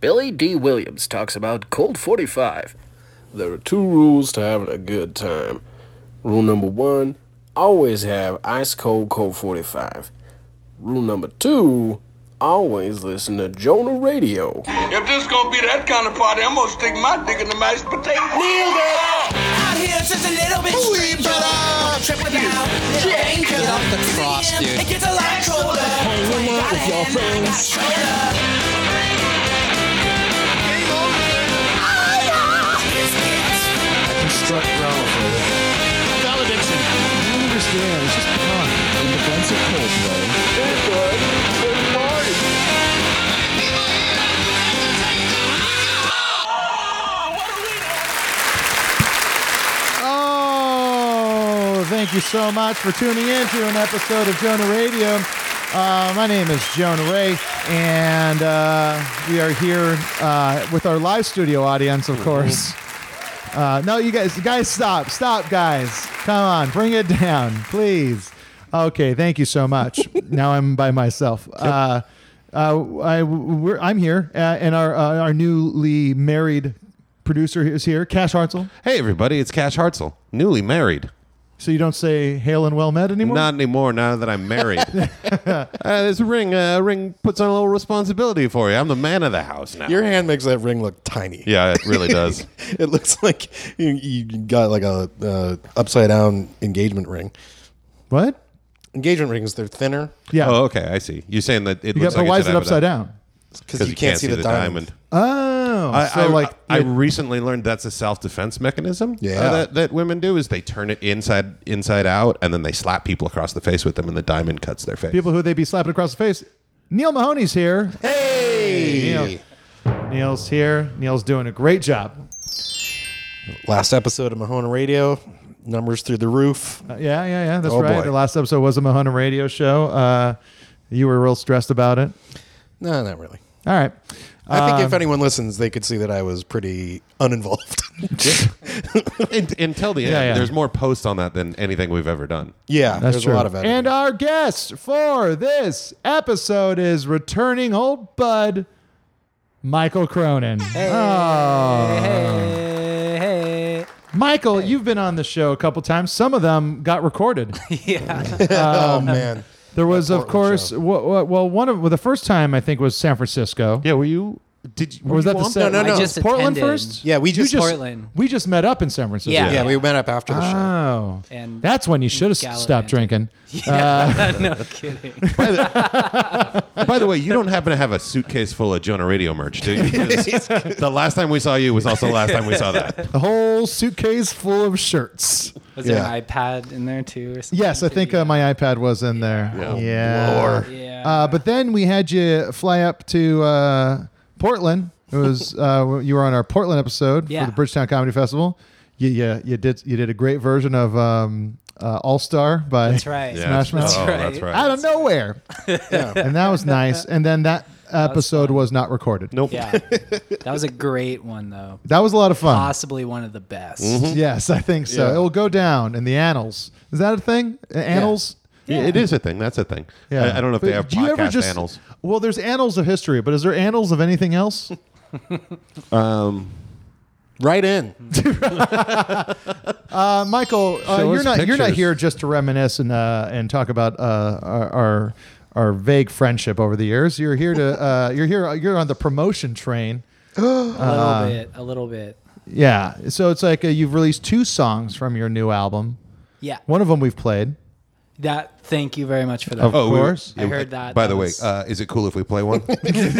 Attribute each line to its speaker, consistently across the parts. Speaker 1: Billy D. Williams talks about Cold 45.
Speaker 2: There are two rules to having a good time. Rule number one always have ice cold Colt 45. Rule number two always listen to Jonah Radio.
Speaker 3: If this gonna be that kind of party, I'm gonna stick my dick in the mashed potato. Kneel
Speaker 4: Out here just a little bit stranger. On a trip without little anchor. Get off the cross, dude. It gets a lot colder. Hanging out with your friends.
Speaker 5: Struck Ralph Valediction. I don't understand. It's just fun. In defense of Colt, though.
Speaker 6: Oh, thank you so much for tuning in to an episode of Jonah Radio. Uh, my name is Jonah Ray, and uh, we are here uh, with our live studio audience, of course. Uh, no, you guys, guys, stop, stop, guys. Come on, bring it down, please. Okay, thank you so much. now I'm by myself. Uh, uh, I, we're, I'm here, uh, and our uh, our newly married producer is here, Cash Hartzell.
Speaker 7: Hey, everybody, it's Cash Hartzell, newly married.
Speaker 6: So you don't say hail and well met anymore?
Speaker 7: Not anymore now that I'm married. uh, this ring, uh, ring puts on a little responsibility for you. I'm the man of the house now.
Speaker 5: Your hand makes that ring look tiny.
Speaker 7: yeah, it really does.
Speaker 5: It looks like you, you got like a uh, upside down engagement ring.
Speaker 6: What?
Speaker 5: Engagement rings, they're thinner
Speaker 6: Yeah.
Speaker 7: Oh, okay, I see. You're saying that it
Speaker 6: you got,
Speaker 7: looks
Speaker 6: but
Speaker 7: like
Speaker 6: why
Speaker 7: it's
Speaker 6: is it
Speaker 7: an
Speaker 6: upside down?
Speaker 5: because you, can't, see, the, diamond.
Speaker 6: Oh,
Speaker 7: I,
Speaker 6: so
Speaker 7: I-
Speaker 6: like
Speaker 7: I, I
Speaker 6: it-
Speaker 7: recently learned that's a self defense mechanism.
Speaker 5: Yeah.
Speaker 7: uh, that, that women do is they turn it inside inside out and then they slap people across the face with them and the diamond cuts their face.
Speaker 6: people who they be slapping across the face. Neil Mahoney's here. Neil.
Speaker 7: hey,
Speaker 6: Neil's here. Neil's doing a great job.
Speaker 5: Last episode of Mahona Radio, numbers through the roof.
Speaker 6: Uh, yeah, yeah, yeah. That's
Speaker 5: Oh,
Speaker 6: right.
Speaker 5: boy.
Speaker 6: The last episode was a Mahoney radio show. Uh, you were real stressed about it.
Speaker 5: No, not really.
Speaker 6: All right.
Speaker 5: I
Speaker 6: Um,
Speaker 5: think if anyone listens, they could see that I was pretty uninvolved.
Speaker 7: Un- until the end,
Speaker 6: Yeah, yeah.
Speaker 7: there's more posts on that than anything we've ever done.
Speaker 5: yeah,
Speaker 6: That's
Speaker 5: there's
Speaker 6: true.
Speaker 5: a lot of editing.
Speaker 6: And our guest for this episode is returning old bud Michael Cronin. Oh. Michael, you've been on the show a couple times. Some of them got recorded.
Speaker 5: oh
Speaker 6: um,
Speaker 5: man,
Speaker 6: There was, of
Speaker 5: Portland
Speaker 6: course,
Speaker 5: show.
Speaker 6: w- w- well, one of well, the first time I think was San Francisco.
Speaker 7: Yeah, were you? Did
Speaker 6: Or was that the second?
Speaker 5: No, no, no. I
Speaker 8: just
Speaker 6: Portland
Speaker 8: attended.
Speaker 6: first.
Speaker 5: yeah, we
Speaker 6: You
Speaker 5: just,
Speaker 8: Portland.
Speaker 6: We just met up in San Francisco.
Speaker 8: Yeah.
Speaker 5: Yeah, we met up after the show.
Speaker 6: Oh,
Speaker 8: And
Speaker 6: that's when you should have
Speaker 8: Gallivanting.
Speaker 6: stopped drinking.
Speaker 8: no kidding.
Speaker 7: By the way, you don't happen to have a suitcase full of Jonah Radio merch, do you? Because the last time we saw you was also the last time we saw that.
Speaker 6: The whole suitcase full of shirts.
Speaker 8: Was
Speaker 5: Yeah.
Speaker 8: there an iPad in there too or something?
Speaker 6: Yes, I think uh, my iPad was in there.
Speaker 7: Yeah.
Speaker 6: Yeah.
Speaker 8: Yeah.
Speaker 6: Uh, but then we had you fly up to uh, Portland. It was uh, you were on our Portland episode
Speaker 8: Yeah.
Speaker 6: for the Bridgetown Comedy Festival. You, you, you did you did a great version of um, uh, All Star by
Speaker 8: That's right.
Speaker 6: Smash Mouth.
Speaker 7: That's, oh,
Speaker 8: right.
Speaker 7: that's right.
Speaker 6: out of nowhere, and that was nice. And then that episode was not recorded.
Speaker 7: nope.
Speaker 8: yeah. That was a great one though.
Speaker 6: That was a lot of fun.
Speaker 8: Possibly one of the best.
Speaker 6: Yes, I think so. It will go down in the annals. Is that a thing? Uh, Annals.
Speaker 7: Yeah, It is a thing. That's a thing. I, I don't know if
Speaker 6: But
Speaker 7: they have
Speaker 6: do you
Speaker 7: podcast
Speaker 6: ever just-
Speaker 7: annals.
Speaker 6: Well, there's annals of history, but is there annals of anything else?
Speaker 5: Right in.
Speaker 6: Uh, Michael, uh,
Speaker 7: Show
Speaker 6: you're
Speaker 7: us
Speaker 6: not you're not
Speaker 7: pictures.
Speaker 6: here just to reminisce and uh, and talk about uh, our. our our vague friendship over the years. You're here to. Uh, you're here. You're on the promotion train.
Speaker 8: A little
Speaker 6: Uh,
Speaker 8: bit. A little bit.
Speaker 6: Yeah. So it's like uh, you've released two songs from your new album.
Speaker 8: Yeah.
Speaker 6: One of them we've played.
Speaker 8: That thank you very much for that.
Speaker 6: Of
Speaker 7: Oh, we were-
Speaker 6: course.
Speaker 8: I heard that.
Speaker 7: By
Speaker 8: That
Speaker 7: the
Speaker 8: was-
Speaker 7: way, uh, is it cool if we play one?
Speaker 8: yes,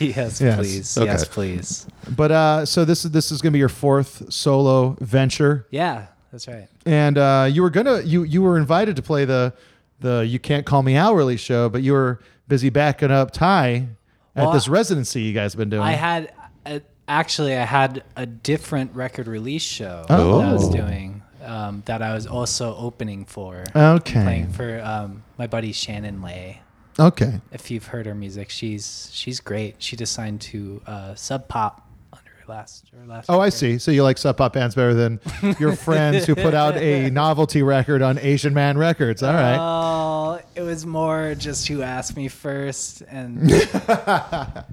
Speaker 6: yes.
Speaker 8: please.
Speaker 7: Okay.
Speaker 8: Yes, please.
Speaker 6: But uh, so this is this is gonna be your fourth solo venture,
Speaker 8: Yeah, that's right.
Speaker 6: and uh, you were gonna you you were invited to play the the you can't call me hourly show, but you were busy backing up Ty at
Speaker 8: Well,
Speaker 6: this
Speaker 8: I-
Speaker 6: residency you guys have been doing.
Speaker 8: I had a, actually I had a different record release show that I was
Speaker 7: Oh.
Speaker 8: doing um, that I was also opening for.
Speaker 6: Okay.
Speaker 8: Playing for um, my buddy Shannon Lay.
Speaker 6: okay,
Speaker 8: If you've heard her music, she's she's great. She just signed to uh, Sub Pop under her last her last.
Speaker 6: oh I
Speaker 8: record.
Speaker 6: see. So you like sub pop bands better than
Speaker 8: Uh,
Speaker 6: your friends who put out a novelty record on Asian Man Records. All right,
Speaker 8: Well, It was more just who asked me first, and it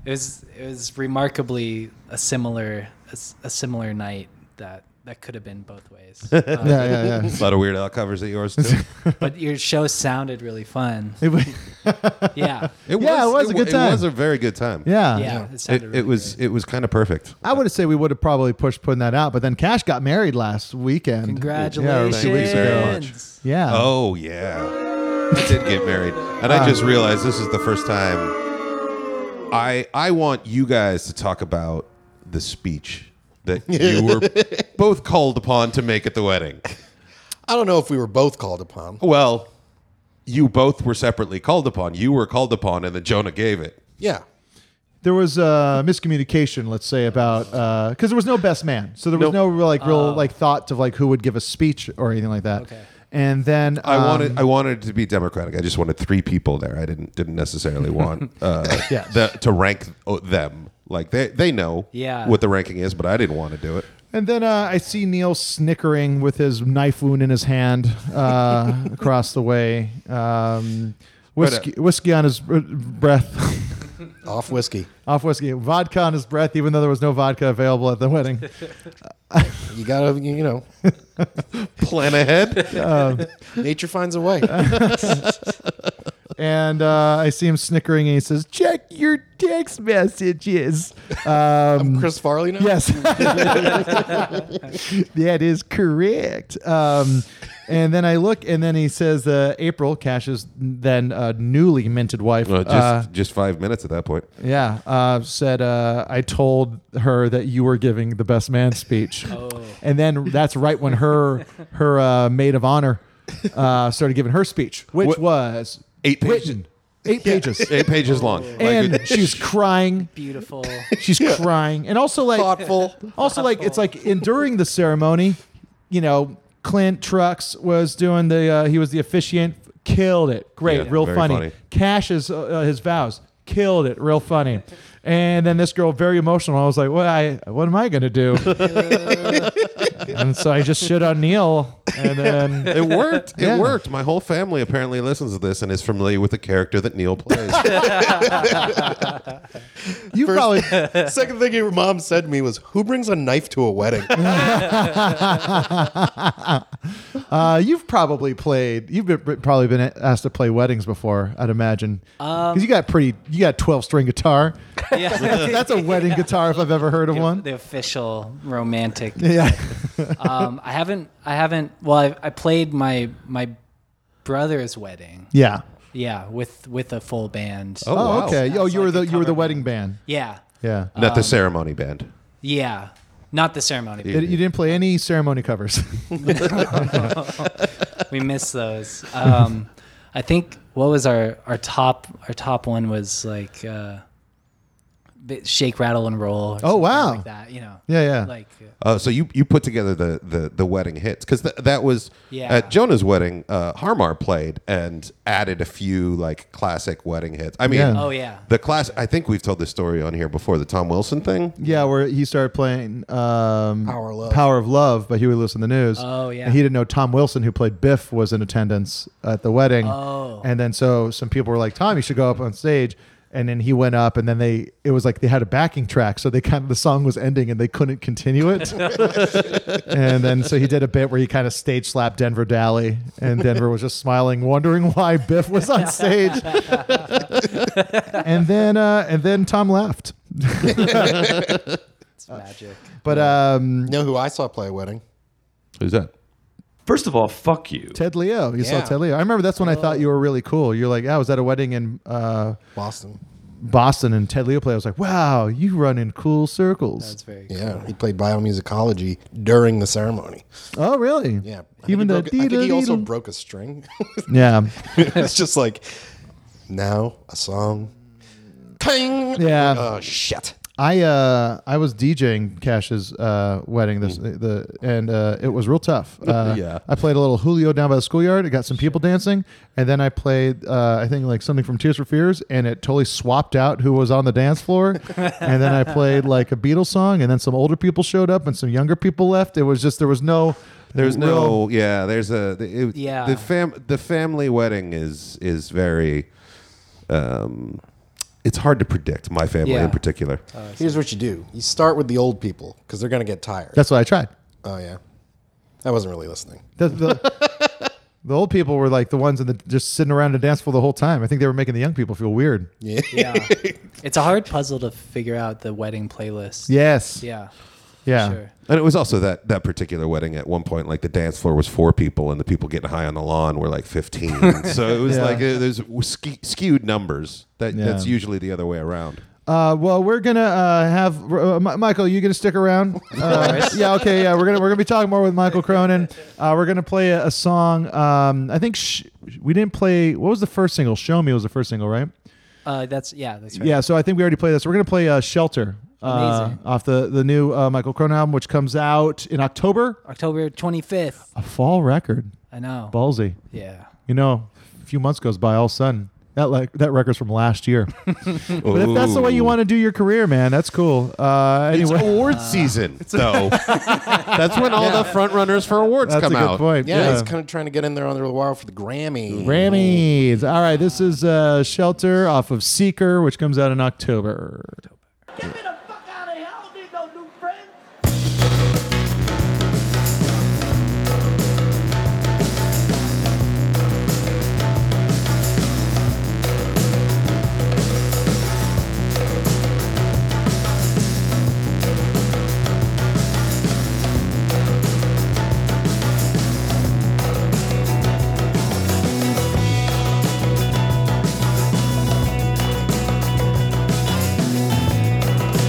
Speaker 8: was it was remarkably a similar a, s- a similar night that that could have been both ways. Um,
Speaker 6: Yeah, yeah, yeah.
Speaker 7: A lot of Weird Al covers at yours too.
Speaker 8: but your show sounded really fun.
Speaker 6: It was-
Speaker 8: Yeah,
Speaker 7: It
Speaker 6: Yeah, it was a
Speaker 7: wa-
Speaker 6: good time.
Speaker 7: It was a very good time.
Speaker 6: Uh, yeah.
Speaker 8: yeah. It
Speaker 7: It,
Speaker 8: sounded. really
Speaker 7: it was
Speaker 8: good.
Speaker 7: it was kind of perfect.
Speaker 6: I would have said we would have probably pushed putting that out, but then Cash got married last weekend.
Speaker 8: Congratulations.
Speaker 7: Thank you very much.
Speaker 6: Yeah. Oh.
Speaker 7: Oh yeah, I did get married, and I just realized this is the first time. I I want you guys to talk about the speech that you were both called upon to make at the wedding.
Speaker 9: I don't know if we were both called upon.
Speaker 7: Well, you both were separately called upon. You were called upon, and then Jonah gave it.
Speaker 9: Yeah.
Speaker 6: There was uh, miscommunication, let's say, about because there was no best man, so there was no
Speaker 7: Nope. Oh.
Speaker 6: real, like real like thought of like who would give a speech or anything like that.
Speaker 8: Okay.
Speaker 6: And then
Speaker 7: I
Speaker 6: um,
Speaker 7: wanted I wanted it to be democratic. I just wanted three people there. I didn't didn't necessarily want uh,
Speaker 6: Yes.
Speaker 7: the, to rank uh, them. Like they they know
Speaker 8: Yeah.
Speaker 7: what the ranking is, but I didn't want to do it.
Speaker 6: And then uh, I see Neil snickering with his knife wound in his hand uh, across the way. Um, whiskey, whiskey on his br- breath,
Speaker 9: Off whiskey.
Speaker 6: off whiskey, vodka on his breath, even though there was no vodka available at the wedding.
Speaker 9: You gotta, you know,
Speaker 7: Plan ahead.
Speaker 9: nature finds a way.
Speaker 6: And uh, I see him snickering and he says, Check your text messages.
Speaker 9: Chris Farley now?
Speaker 6: Yes. that is correct. Um, and then I look, and then he says, uh, April, Cash's then uh, newly minted wife,
Speaker 7: Well, just
Speaker 6: uh,
Speaker 7: just five minutes at that point.
Speaker 6: Yeah, uh, said uh, I told her that you were giving the best man speech, and then that's right when her her uh, maid of honor uh, started giving her speech, which
Speaker 7: What-
Speaker 6: was
Speaker 7: Eight pages. Oh
Speaker 6: written, eight pages,
Speaker 7: Eight pages long.
Speaker 6: Oh. and
Speaker 7: Like,
Speaker 6: she's crying,
Speaker 8: beautiful.
Speaker 6: she's crying, and also like
Speaker 9: Thoughtful.
Speaker 6: also like it's like in- during the ceremony, you know, Clint Trucks was doing the uh, he was the officiant, killed it, great,
Speaker 7: Yeah,
Speaker 6: real
Speaker 7: very
Speaker 6: funny.
Speaker 7: funny.
Speaker 6: Cash is uh, uh, his vows, killed it, real funny. And then this girl very emotional. I was like, "What? I, what am I gonna do?" and so I just shit on Neil, and then
Speaker 7: it worked. It
Speaker 6: Yeah.
Speaker 7: worked. My whole family apparently listens to this and is familiar with the character that Neil plays. Oh,
Speaker 6: you probably
Speaker 9: Second thing your mom said to me was, Who brings a knife to a wedding?
Speaker 6: uh, you've probably played you've been, probably been asked to play weddings before. I'd imagine because you got pretty you got twelve string guitar.
Speaker 8: yeah.
Speaker 6: That's a wedding guitar if I've ever heard of one.
Speaker 8: The official romantic.
Speaker 6: Yeah.
Speaker 8: Um, I haven't. I haven't. Well, I, I played my my brother's wedding.
Speaker 6: Yeah.
Speaker 8: Yeah, with with a full band.
Speaker 7: Oh,
Speaker 6: Oh,
Speaker 7: wow.
Speaker 6: okay. Um, Oh, you were
Speaker 8: like
Speaker 6: the
Speaker 8: a
Speaker 6: you were the
Speaker 8: cover
Speaker 6: wedding band.
Speaker 8: Yeah.
Speaker 6: Yeah.
Speaker 7: Not the ceremony band.
Speaker 8: Yeah. Not the ceremony.
Speaker 6: It- you didn't play any ceremony covers.
Speaker 8: we miss those. Um, I think what was our our top our top one was like uh, bit- shake rattle and roll. or something
Speaker 6: Oh, wow.
Speaker 8: like that you know.
Speaker 6: Yeah, yeah.
Speaker 8: Like
Speaker 7: Uh, so you you put together the the, the wedding hits because th- that was
Speaker 8: Yeah.
Speaker 7: at Jonah's wedding. Uh, Harmar played and added a few like classic wedding hits. I mean,
Speaker 6: Yeah.
Speaker 8: oh yeah.
Speaker 7: the class. I think we've told this story on here before. The Tom Wilson thing.
Speaker 6: yeah, where he started playing um,
Speaker 9: Power of Love.
Speaker 6: Power of Love by Huey Lewis in the News.
Speaker 8: Oh, yeah.
Speaker 6: And he didn't know Tom Wilson, who played Biff, was in attendance at the wedding.
Speaker 8: Oh.
Speaker 6: And then so some people were like, Tom, you should go up on stage. And then he went up, and then they it was like they had a backing track, so they kind of the song was ending, and they couldn't continue it. and then so he did a bit where he kind of stage slapped Denver Dally, and Denver was just smiling, wondering why Biff was on stage. and then uh, and then Tom left.
Speaker 8: It's
Speaker 6: Uh,
Speaker 8: magic.
Speaker 6: But um,
Speaker 9: you know who I saw play a wedding?
Speaker 7: Who's that?
Speaker 10: First of all, fuck you.
Speaker 6: Ted Leo, you saw
Speaker 9: Yeah.
Speaker 6: Ted Leo. I remember that's when I thought you were really cool. You're like, oh, was at a wedding in uh,
Speaker 9: Boston.
Speaker 6: Boston, and Ted Leo played. I was like, wow, you run in cool circles.
Speaker 8: That's very.
Speaker 9: Yeah. He played biomusicology during the ceremony.
Speaker 6: oh, really?
Speaker 9: Yeah. I think
Speaker 6: Even
Speaker 9: he
Speaker 6: though
Speaker 9: broke, I think he also
Speaker 6: deedle-deedle.
Speaker 9: broke a string.
Speaker 6: yeah,
Speaker 9: it's just like, now a song. Ting!
Speaker 6: Yeah.
Speaker 9: Oh, shit.
Speaker 6: I uh I was DJing Cash's uh wedding this the and uh it was real tough. Uh,
Speaker 7: Yeah.
Speaker 6: I played a little Julio down by the schoolyard. It got some people dancing, and then I played uh, I think like something from Tears for Fears, and it totally swapped out who was on the dance floor. and then I played like a Beatles song, and then some older people showed up and some younger people left. It was just there was no
Speaker 7: There's no yeah. There's a the, it-
Speaker 8: Yeah.
Speaker 7: the fam the family wedding is is very um it's hard to predict my family
Speaker 9: Yeah.
Speaker 7: in particular.
Speaker 9: Uh, Here's what you do you start with the old people because they're going to get tired.
Speaker 6: That's what I tried.
Speaker 9: Oh, yeah. I wasn't really listening.
Speaker 6: The, the- the old people were like the ones in the just sitting around a dance floor the whole time. I think they were making the young people feel weird.
Speaker 9: Yeah.
Speaker 8: yeah. It's a hard puzzle to figure out the wedding playlist.
Speaker 6: Yes.
Speaker 8: Yeah.
Speaker 6: Yeah.
Speaker 8: Sure.
Speaker 7: And it was also that that particular wedding at one point like the dance floor was 4 people and the people getting high on the lawn were like 15. so it was
Speaker 6: Yeah.
Speaker 7: like uh, there's ske- skewed numbers. That
Speaker 6: Yeah.
Speaker 7: that's usually the other way around.
Speaker 6: Uh, well, we're gonna uh, have uh, Mi- Michael. You gonna stick around? Uh,
Speaker 7: course.
Speaker 6: yeah. Okay. Yeah. We're gonna we're gonna be talking more with Michael Cronin. Uh, we're gonna play a, a song. Um, I think sh- we didn't play. What was the first single? Show me was the first single, right?
Speaker 8: Uh, that's yeah. That's right.
Speaker 6: Yeah, so I think we already played this. We're gonna play uh, "Shelter" uh,
Speaker 8: Amazing.
Speaker 6: off the the new uh, Michael Cronin album, which comes out in October.
Speaker 8: October 25th.
Speaker 6: A fall record,
Speaker 8: I know.
Speaker 6: ballsy.
Speaker 8: Yeah.
Speaker 6: You know, a few months goes by, all of a sudden that like that record's from last year. but if that's the way you
Speaker 7: Ooh.
Speaker 6: want to do your career, man, that's cool. Uh,
Speaker 7: It's
Speaker 6: anyway,
Speaker 7: award season, though. That's when all the front runners for awards
Speaker 6: That's
Speaker 7: come
Speaker 6: a good
Speaker 7: out.
Speaker 6: point.
Speaker 9: Yeah,
Speaker 6: Yeah.
Speaker 9: he's kind of trying to get in there on the wire for the Grammy.
Speaker 6: Grammys. All right, this is uh, "Shelter" off of Seeker, which comes out in October.
Speaker 11: Shelter,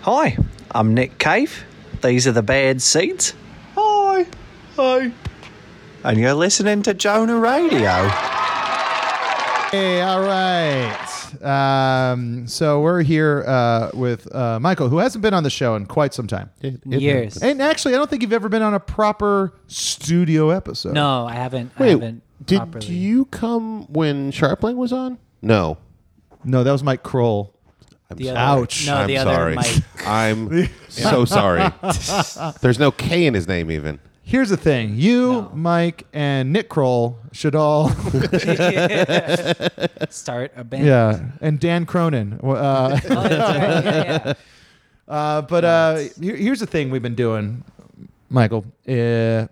Speaker 11: Hi, I'm Nick Cave. These are the bad seeds. Hi. Hi. And you're listening to Jonah Radio.
Speaker 6: Hey, all right. Um, so we're here uh, with uh, Michael, who hasn't been on the show in quite some time.
Speaker 8: Years.
Speaker 6: And actually, I don't think you've ever been on a proper studio episode.
Speaker 8: No, I haven't. I
Speaker 6: Wait,
Speaker 8: haven't
Speaker 6: did
Speaker 8: properly.
Speaker 2: you come when Sharpling was on?
Speaker 7: No.
Speaker 6: No, that was Mike Kroll.
Speaker 8: The
Speaker 7: sorry.
Speaker 8: other- Ouch. no,
Speaker 7: I'm
Speaker 8: the other
Speaker 7: sorry.
Speaker 8: Mike.
Speaker 7: I'm so sorry. There's no K in his name even.
Speaker 6: Here's the thing you, Mike, and Nick Kroll should all
Speaker 8: Start a band.
Speaker 6: Yeah, and Dan Cronin. Well, Uh, Uh, but uh, here- here's the thing we've been doing, Michael. Uh,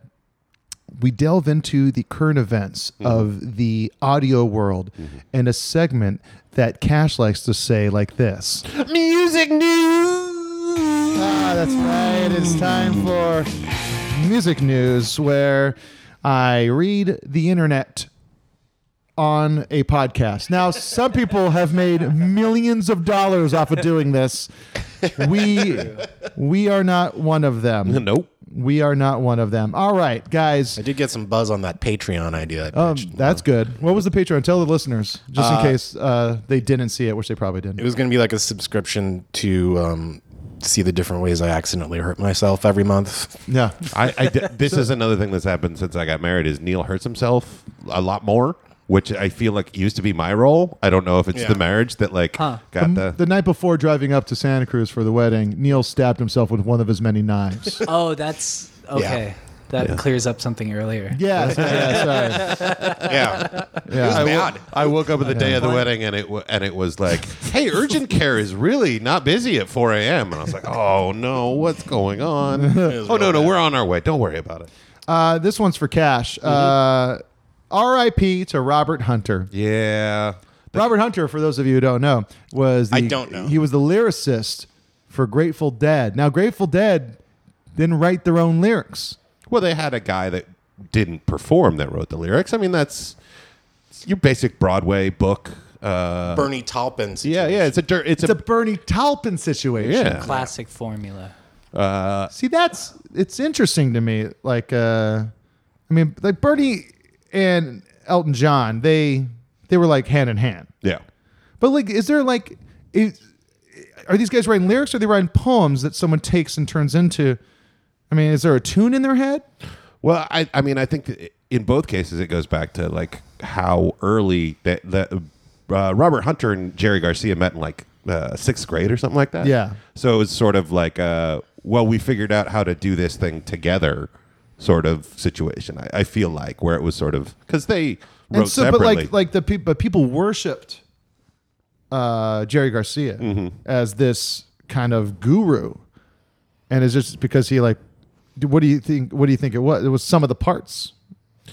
Speaker 6: we delve into the current events of the audio world and a segment that Cash likes to say like this.
Speaker 2: Music news.
Speaker 6: Ah, that's right. It's time for music news, where I read the internet on a podcast. Now, some people have made millions of dollars off of doing this. We we are not one of them.
Speaker 7: Nope.
Speaker 6: We are not one of them. All right, guys.
Speaker 12: I did get some buzz on that Patreon idea.
Speaker 6: Um, that's good. What was the Patreon? Tell the listeners, just
Speaker 12: Uh,
Speaker 6: in case uh, they didn't see it, which they probably didn't.
Speaker 12: It was going to be like a subscription to um, see the different ways I accidentally hurt myself every month.
Speaker 6: Yeah.
Speaker 7: I, I d- this is another thing that's happened since I got married is Neil hurts himself a lot more, which I feel like used to be my role. I don't know if it's
Speaker 6: Yeah.
Speaker 7: the marriage that like got the,
Speaker 6: The night before driving up to Santa Cruz for the wedding, Neil stabbed himself with one of his many knives.
Speaker 8: Oh, that's okay. That clears up something earlier.
Speaker 6: Yes, yes,
Speaker 7: Yeah.
Speaker 6: Yeah.
Speaker 7: I, wo-
Speaker 6: bad.
Speaker 7: I woke up at the day of the
Speaker 6: Yeah.
Speaker 7: wedding and it w- and it was like, hey, urgent care is really not busy at 4 a.m. And I was like, oh no, what's going on? oh no, no, we're on our way. Don't worry about it.
Speaker 6: Uh, this one's for Cash.
Speaker 7: Mm-hmm.
Speaker 6: Uh, R.I.P. to Robert Hunter.
Speaker 7: Yeah.
Speaker 6: Robert Hunter, for those of you who don't know, was the, I don't know. He was the lyricist for Grateful Dead. Now, Grateful Dead didn't write their own lyrics.
Speaker 7: Well, they had a guy that didn't perform that wrote the lyrics. I mean, that's it's your basic Broadway book. Uh,
Speaker 12: Bernie Taupin.
Speaker 7: Yeah, yeah. It's a dirt. It's,
Speaker 6: It's a Bernie Taupin situation.
Speaker 7: Yeah.
Speaker 8: Classic formula.
Speaker 7: Uh,
Speaker 6: See, that's it's interesting to me. Like, uh, I mean, like Bernie and Elton John, they they were like hand in hand.
Speaker 7: Yeah.
Speaker 6: But like, is there like, is, are these guys writing lyrics or are they writing poems that someone takes and turns into? I mean, is there a tune in their head?
Speaker 7: Well, I, I mean, I think that in both cases it goes back to like how early that, that uh, Robert Hunter and Jerry Garcia met in like uh, sixth grade or something like that.
Speaker 6: Yeah.
Speaker 7: So it was sort of like, uh, well, we figured out how to do this thing together, sort of situation. I, I feel like where it was sort of because they
Speaker 6: And
Speaker 7: wrote
Speaker 6: so, but
Speaker 7: separately.
Speaker 6: like, like the people, but people worshipped uh, Jerry Garcia
Speaker 7: Mm-hmm.
Speaker 6: as this kind of guru, and it's just because he like, d- what do you think? What do you think it was? It was some of the parts.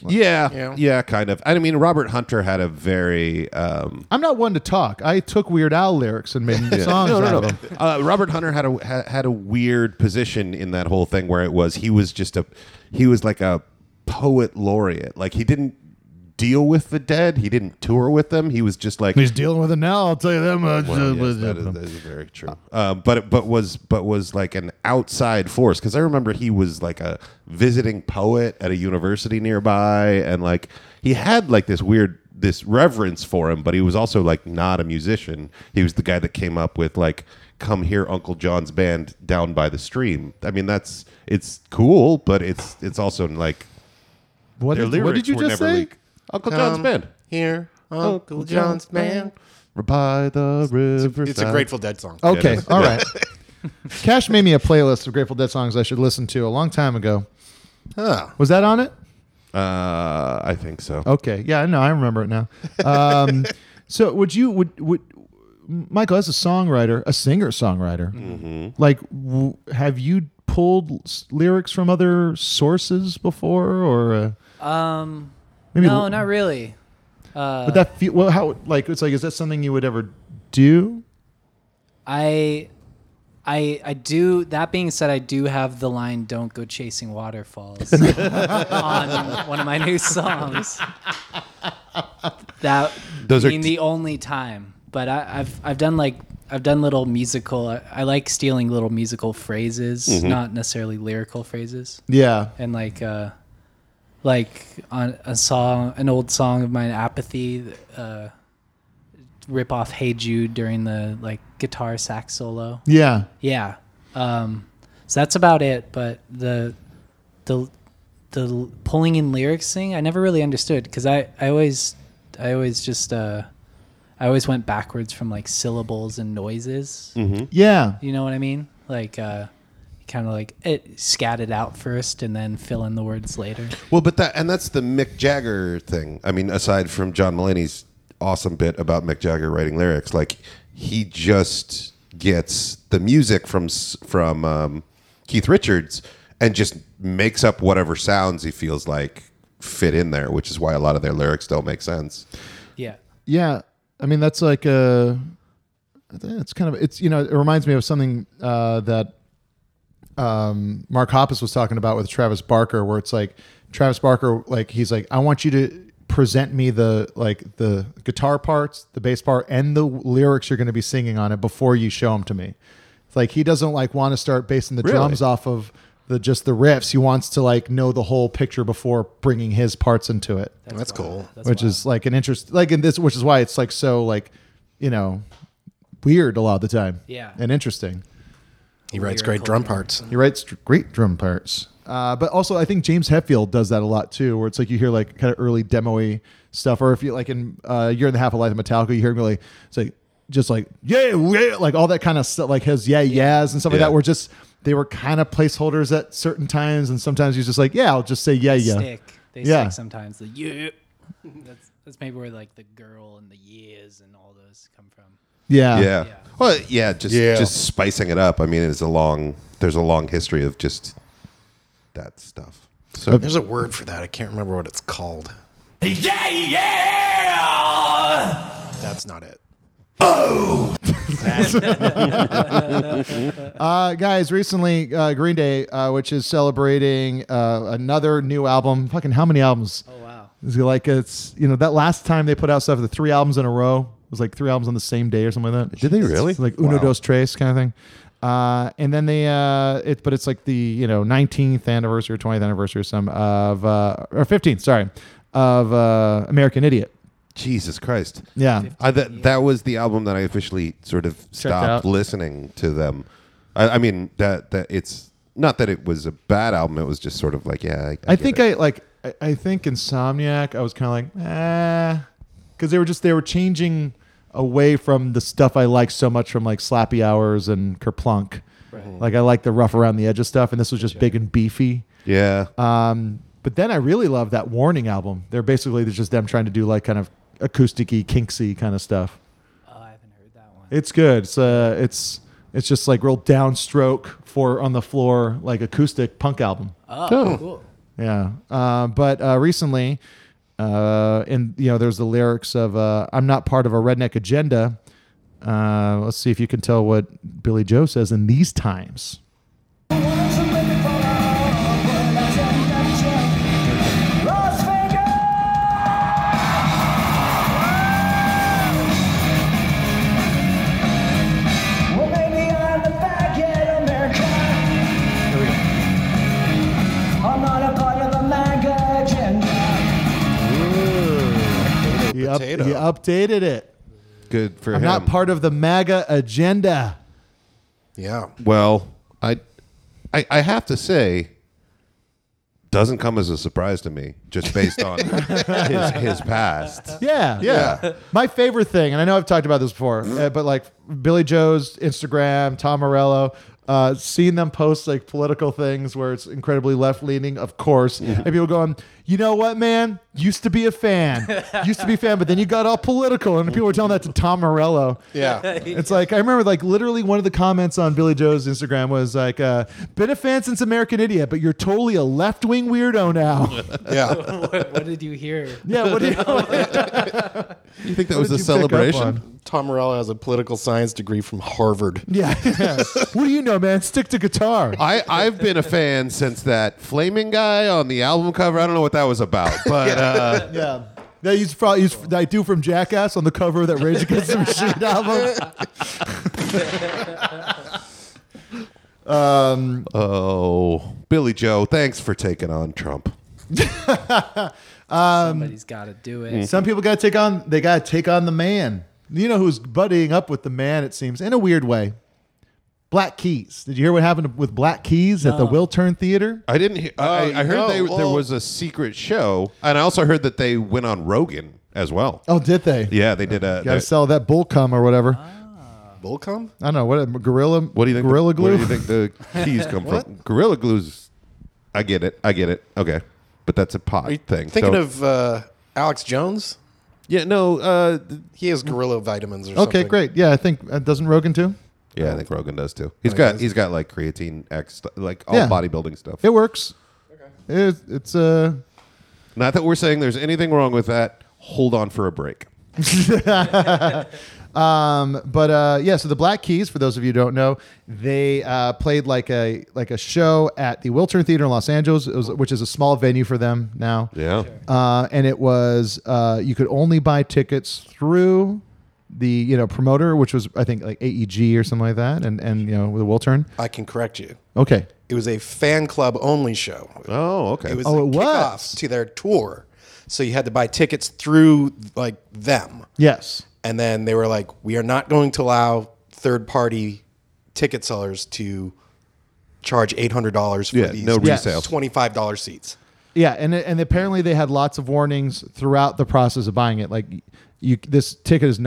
Speaker 7: yeah, yeah, kind of. I mean, Robert Hunter had a very um,
Speaker 6: I'm not one to talk. I took Weird Al lyrics and made
Speaker 7: Yeah.
Speaker 6: songs
Speaker 7: No, no,
Speaker 6: out
Speaker 7: no.
Speaker 6: of them.
Speaker 7: Uh, Robert Hunter had a had, had a weird position in that whole thing where it was he was just a he was like a poet laureate. Like he didn't deal with the dead. He didn't tour with them. He was just like
Speaker 6: He's dealing with it now. I'll tell you that much.
Speaker 7: Well, yes, that is- that is very true. Uh, but but was but was like an outside force because I remember he was like a visiting poet at a university nearby, and like he had like this weird this reverence for him, but he was also like not a musician. He was the guy that came up with like "Come Here, Uncle John's Band" down by the stream. I mean, that's it's cool, but it's it's also like
Speaker 6: What
Speaker 7: their
Speaker 6: did, what
Speaker 7: lyrics
Speaker 6: did you
Speaker 7: were
Speaker 6: just
Speaker 7: never
Speaker 6: say?
Speaker 7: leaked. Um, Uncle John's
Speaker 12: Come
Speaker 7: Band.
Speaker 12: Here, Uncle John's band.
Speaker 7: By the river.
Speaker 12: It's a Grateful Dead song.
Speaker 7: Oh.
Speaker 6: Okay, all right. Cash made me a playlist of Grateful Dead songs I should listen to a long time ago.
Speaker 12: Huh.
Speaker 6: Was that on it?
Speaker 7: Uh, I think so.
Speaker 6: Okay. Yeah, I know. I remember it now. Um, so, would you would would Michael as a songwriter, a singer songwriter,
Speaker 7: Mhm.
Speaker 6: like w- have you pulled s- lyrics from other sources before, or uh,
Speaker 8: Um,
Speaker 6: Maybe
Speaker 8: no,
Speaker 6: l-
Speaker 8: not really. Uh,
Speaker 6: would that feel well? How like it's like is that something you would ever do?
Speaker 8: I, I, I do. That being said, I do have the line "Don't go chasing waterfalls" on one of my new songs. That
Speaker 7: Those
Speaker 8: I
Speaker 7: are
Speaker 8: mean
Speaker 7: t-
Speaker 8: the only time, but I, I've I've done like I've done little musical. I, I like stealing little musical phrases,
Speaker 6: Mhm.
Speaker 8: not necessarily lyrical phrases.
Speaker 6: Yeah.
Speaker 8: and like uh, like on a song, an old song of mine, "Apathy," uh, rip off "Hey Jude" during the like guitar sax solo.
Speaker 6: Yeah.
Speaker 8: yeah. Um, so that's about it. But the the the l- pulling in lyrics thing, I never really understood because I I always I always just uh, I always went backwards from like syllables and noises.
Speaker 6: Mm.
Speaker 7: Mhm.
Speaker 6: Yeah.
Speaker 8: you know what I mean. Like uh, kind of like it scat it out first and then fill in the words later.
Speaker 7: Well, but that and that's the Mick Jagger thing. I mean, aside from John Mulaney's awesome bit about Mick Jagger writing lyrics, like he just gets the music from s- from um, Keith Richards and just makes up whatever sounds he feels like fit in there, which is why a lot of their lyrics don't make sense.
Speaker 8: Yeah.
Speaker 6: Yeah. I mean, that's like a. It's kind of it's you know it reminds me of something uh, that um, Mark Hoppus was talking about with Travis Barker, where it's like Travis Barker, like he's like, I want you to present me the like the guitar parts, the bass part, and the lyrics you're going to be singing on it before you show them to me. It's like he doesn't like want to start basing the
Speaker 7: Really?
Speaker 6: drums off of the just the riffs. He wants to like know the whole picture before bringing his parts into it
Speaker 12: That's, cool.
Speaker 6: which is like an interest like in this which is why it's like so like you know weird a lot of the time
Speaker 12: Yeah.
Speaker 6: and interesting
Speaker 12: He writes great drum parts.
Speaker 6: he writes tr- great drum parts uh, but also i think james hetfield does that a lot too where it's like you hear like kind of early demo-y stuff or if you like in uh, year and a half of life of metallica you hear him like it's like just like yeah yeah like all that kind of stuff like his yeah yeahs and stuff like
Speaker 7: Yeah.
Speaker 6: that were just they were kind of placeholders at certain times and sometimes he's just like yeah i'll just say yeah yeah
Speaker 8: Stick. They
Speaker 6: yeah
Speaker 8: stick sometimes. The yeah. That's that's maybe where like the girl and the years and all those come from.
Speaker 6: Yeah.
Speaker 7: Yeah. Well, yeah, just
Speaker 6: Yeah.
Speaker 7: just spicing it up. I mean, it's a long there's a long history of just that stuff. So
Speaker 12: There's a word for that. I can't remember what it's called.
Speaker 4: Yeah, yeah.
Speaker 12: That's not it.
Speaker 4: Oh.
Speaker 6: uh, guys, recently uh, Green Day, uh, which is celebrating uh, another new album. Fucking how many albums? Oh wow! Is it like it's you know that last time they put out stuff, the three albums in a row was like three albums on the same day or something like that. Did
Speaker 7: they really?
Speaker 6: like Uno
Speaker 7: Wow.
Speaker 6: Dos Tres kind of thing. Uh, and then they, uh, it, but it's like the you know 19th anniversary or 20th anniversary or some of uh, or 15th, sorry, of uh, American Idiot.
Speaker 7: Jesus Christ.
Speaker 6: Yeah.
Speaker 7: I, that, that was the album that I officially sort of
Speaker 6: out.
Speaker 7: stopped listening to them. I, I mean, that, that it's not that it was a bad album. It was just sort of like, yeah.
Speaker 6: I, think I like. I, I think Insomniac. I was kind of like, ah, because they were just they were changing away from the stuff I like so much from like Slappy Hours and Kerplunk. Like I like the rough around the edges stuff, and this was just big and beefy.
Speaker 7: Yeah.
Speaker 6: Um, but then I really love that Warning album. They're basically they're just them trying to do like kind of acousticy, kinksy kind of stuff. Oh, I haven't heard that one. It's good. It's uh, it's it's just like real downstroke for on the floor like acoustic punk album.
Speaker 8: Oh, cool.
Speaker 6: Yeah. Uh, but uh, recently, uh, and you know, there's the lyrics of uh, "I'm not part of a redneck agenda." Uh, let's see if you can tell what Billy Joe says in these times.
Speaker 4: I'm not a part of the MAGA
Speaker 6: He, up- he updated it.
Speaker 7: Good for
Speaker 6: I'm
Speaker 7: him.
Speaker 6: not part of the MAGA agenda.
Speaker 12: Yeah.
Speaker 7: well, I, I, I have to say, doesn't come as a surprise to me just based on his, his past.
Speaker 6: Yeah,
Speaker 7: Yeah.
Speaker 6: My favorite thing, and I know I've talked about this before, uh, but like Billy Joe's Instagram, Tom Morello, uh, seeing them post like political things where it's incredibly left leaning, of course, and people going, you know what, man, used to be a fan, used to be a fan, but then you got all political, and people were telling that to Tom Morello.
Speaker 12: Yeah.
Speaker 6: it's like I remember like literally one of the comments on Billy Joe's Instagram was like, uh, "Been a fan since American Idiot, but you're totally a left wing weirdo now."
Speaker 8: what, what did you hear?
Speaker 6: Yeah, what do you-
Speaker 7: You think
Speaker 6: that What was did a you pick up celebration?
Speaker 12: Tom Morello has a political science degree from Harvard.
Speaker 6: Yeah. what do you know, man? Stick to guitar.
Speaker 7: I, I've been a fan since that flaming guy on the album cover. I don't know what that was about, but uh,
Speaker 6: yeah. They used probably used that dude from Jackass on the cover of that Rage Against the Machine album.
Speaker 7: Um, oh, Billy Joe, thanks for taking on Trump.
Speaker 6: Um,
Speaker 8: Somebody's got to do it.
Speaker 6: Some people got to take on. They got to take on the man. You know who's buddying up with the man? It seems in a weird way. Black Keys. Did you hear what happened with Black Keys at the
Speaker 7: No.
Speaker 6: Will Turn Theater?
Speaker 7: I didn't. Hear, I,
Speaker 6: Oh,
Speaker 7: I heard
Speaker 6: no,
Speaker 7: they, there
Speaker 6: well-
Speaker 7: was a secret show, and I also heard that they went on Rogan as well.
Speaker 6: Oh, did they?
Speaker 7: Yeah, they did a.
Speaker 6: Got to sell that bull cum or whatever. Ah.
Speaker 9: Bull cum?
Speaker 6: I don't know what a gorilla.
Speaker 7: What do you think?
Speaker 6: Gorilla
Speaker 7: Where
Speaker 6: glue.
Speaker 7: do you think the keys come from? Gorilla glues. I get it. I get it. Okay, but that's a pot
Speaker 9: Are you
Speaker 7: thing.
Speaker 9: Thinking
Speaker 7: so-
Speaker 9: of uh, Alex Jones?
Speaker 7: Yeah, no. Uh,
Speaker 9: he has gorilla vitamins or
Speaker 6: Okay,
Speaker 9: something.
Speaker 6: great. Yeah, I think uh, doesn't Rogan too.
Speaker 7: Yeah, I think Rogan does too. He's
Speaker 9: Oh, he
Speaker 7: got
Speaker 9: does?
Speaker 7: he's got like creatine X, stu- like all
Speaker 6: Yeah.
Speaker 7: bodybuilding stuff.
Speaker 6: It works. Okay. It's, it's uh
Speaker 7: Not that we're saying there's anything wrong with that. Hold on for a break.
Speaker 6: um, but uh, yeah, so the Black Keys, for those of you who don't know, they uh, played like a like a show at the Wiltern Theater in Los Angeles, it was, which is a small venue for them now.
Speaker 7: Yeah.
Speaker 6: Uh, and it was uh, you could only buy tickets through the you know promoter, which was I think like AEG or something like that, and and you know with the Wiltern.
Speaker 9: I can correct you.
Speaker 6: Okay.
Speaker 9: It was a fan club only show.
Speaker 7: Oh, okay.
Speaker 9: It was
Speaker 6: Oh,
Speaker 9: a
Speaker 6: it
Speaker 9: kickoff
Speaker 6: was.
Speaker 9: to their tour. So you had to buy tickets through like them.
Speaker 6: Yes.
Speaker 9: And then they were like, we are not going to allow third party ticket sellers to charge $800 for
Speaker 7: Yeah,
Speaker 9: these
Speaker 7: no resale.
Speaker 9: $25 seats.
Speaker 6: Yeah, and and apparently they had lots of warnings throughout the process of buying it. Like, you this ticket is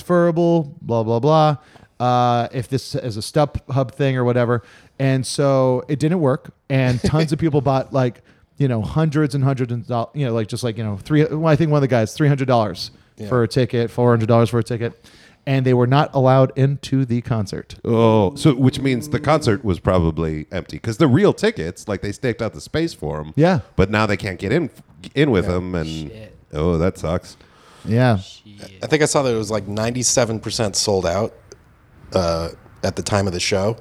Speaker 6: non-transferable. Blah blah blah. Uh, if this is a StubHub thing or whatever, and so it didn't work, and tons of people bought like you know hundreds and hundreds and dollars. You know, like just like you know three. Well, I think one of the guys three hundred dollars
Speaker 9: Yeah.
Speaker 6: for a ticket, four hundred dollars for a ticket, and they were not allowed into the concert.
Speaker 7: Oh, so which means the concert was probably empty because the real tickets, like they staked out the space for them.
Speaker 6: Yeah.
Speaker 7: But now they can't get in in with them, and oh, that sucks.
Speaker 6: Yeah.
Speaker 9: I think I saw that it was like 97% sold out uh, at the time of the show.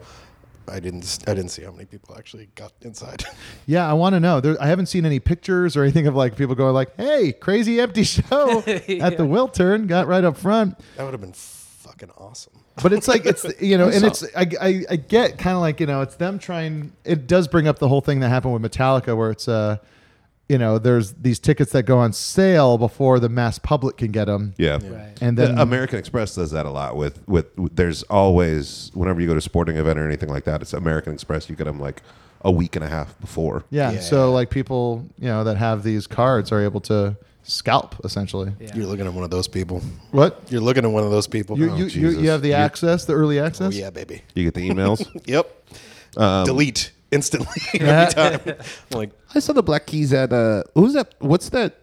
Speaker 9: I didn't I didn't see how many people actually got inside.
Speaker 6: Yeah, I want to know. There, I haven't seen any pictures or anything of like people going like, "Hey, crazy empty show at
Speaker 9: Yeah.
Speaker 6: the Wiltern." Got right up front,
Speaker 9: That would have been fucking awesome.
Speaker 6: but it's like it's you know,
Speaker 9: I
Speaker 6: and
Speaker 9: saw
Speaker 6: it's I I, I get kind of like you know, it's them trying. It does bring up the whole thing that happened with Metallica, where it's uh, you know, there's these tickets that go on sale before the mass public can get them.
Speaker 7: Yeah. um,
Speaker 6: and then
Speaker 7: The American Express does that a lot with, with with- there's always whenever you go to a sporting event or anything like that, it's American Express. You get them like a week and a half before.
Speaker 6: yeah, so like people you know that have these cards are able to scalp essentially.
Speaker 9: You're looking at one of those people.
Speaker 6: What?
Speaker 9: You're looking at one of those people.
Speaker 7: Oh,
Speaker 9: Oh,
Speaker 6: You, you, you, you have the access, the early access.
Speaker 9: yeah, baby.
Speaker 7: You get the emails.
Speaker 9: Yep.
Speaker 7: Um,
Speaker 9: Delete instantly
Speaker 6: Yeah.
Speaker 9: every time. I'm like
Speaker 7: I saw the Black Keys at uh, who's that? What's that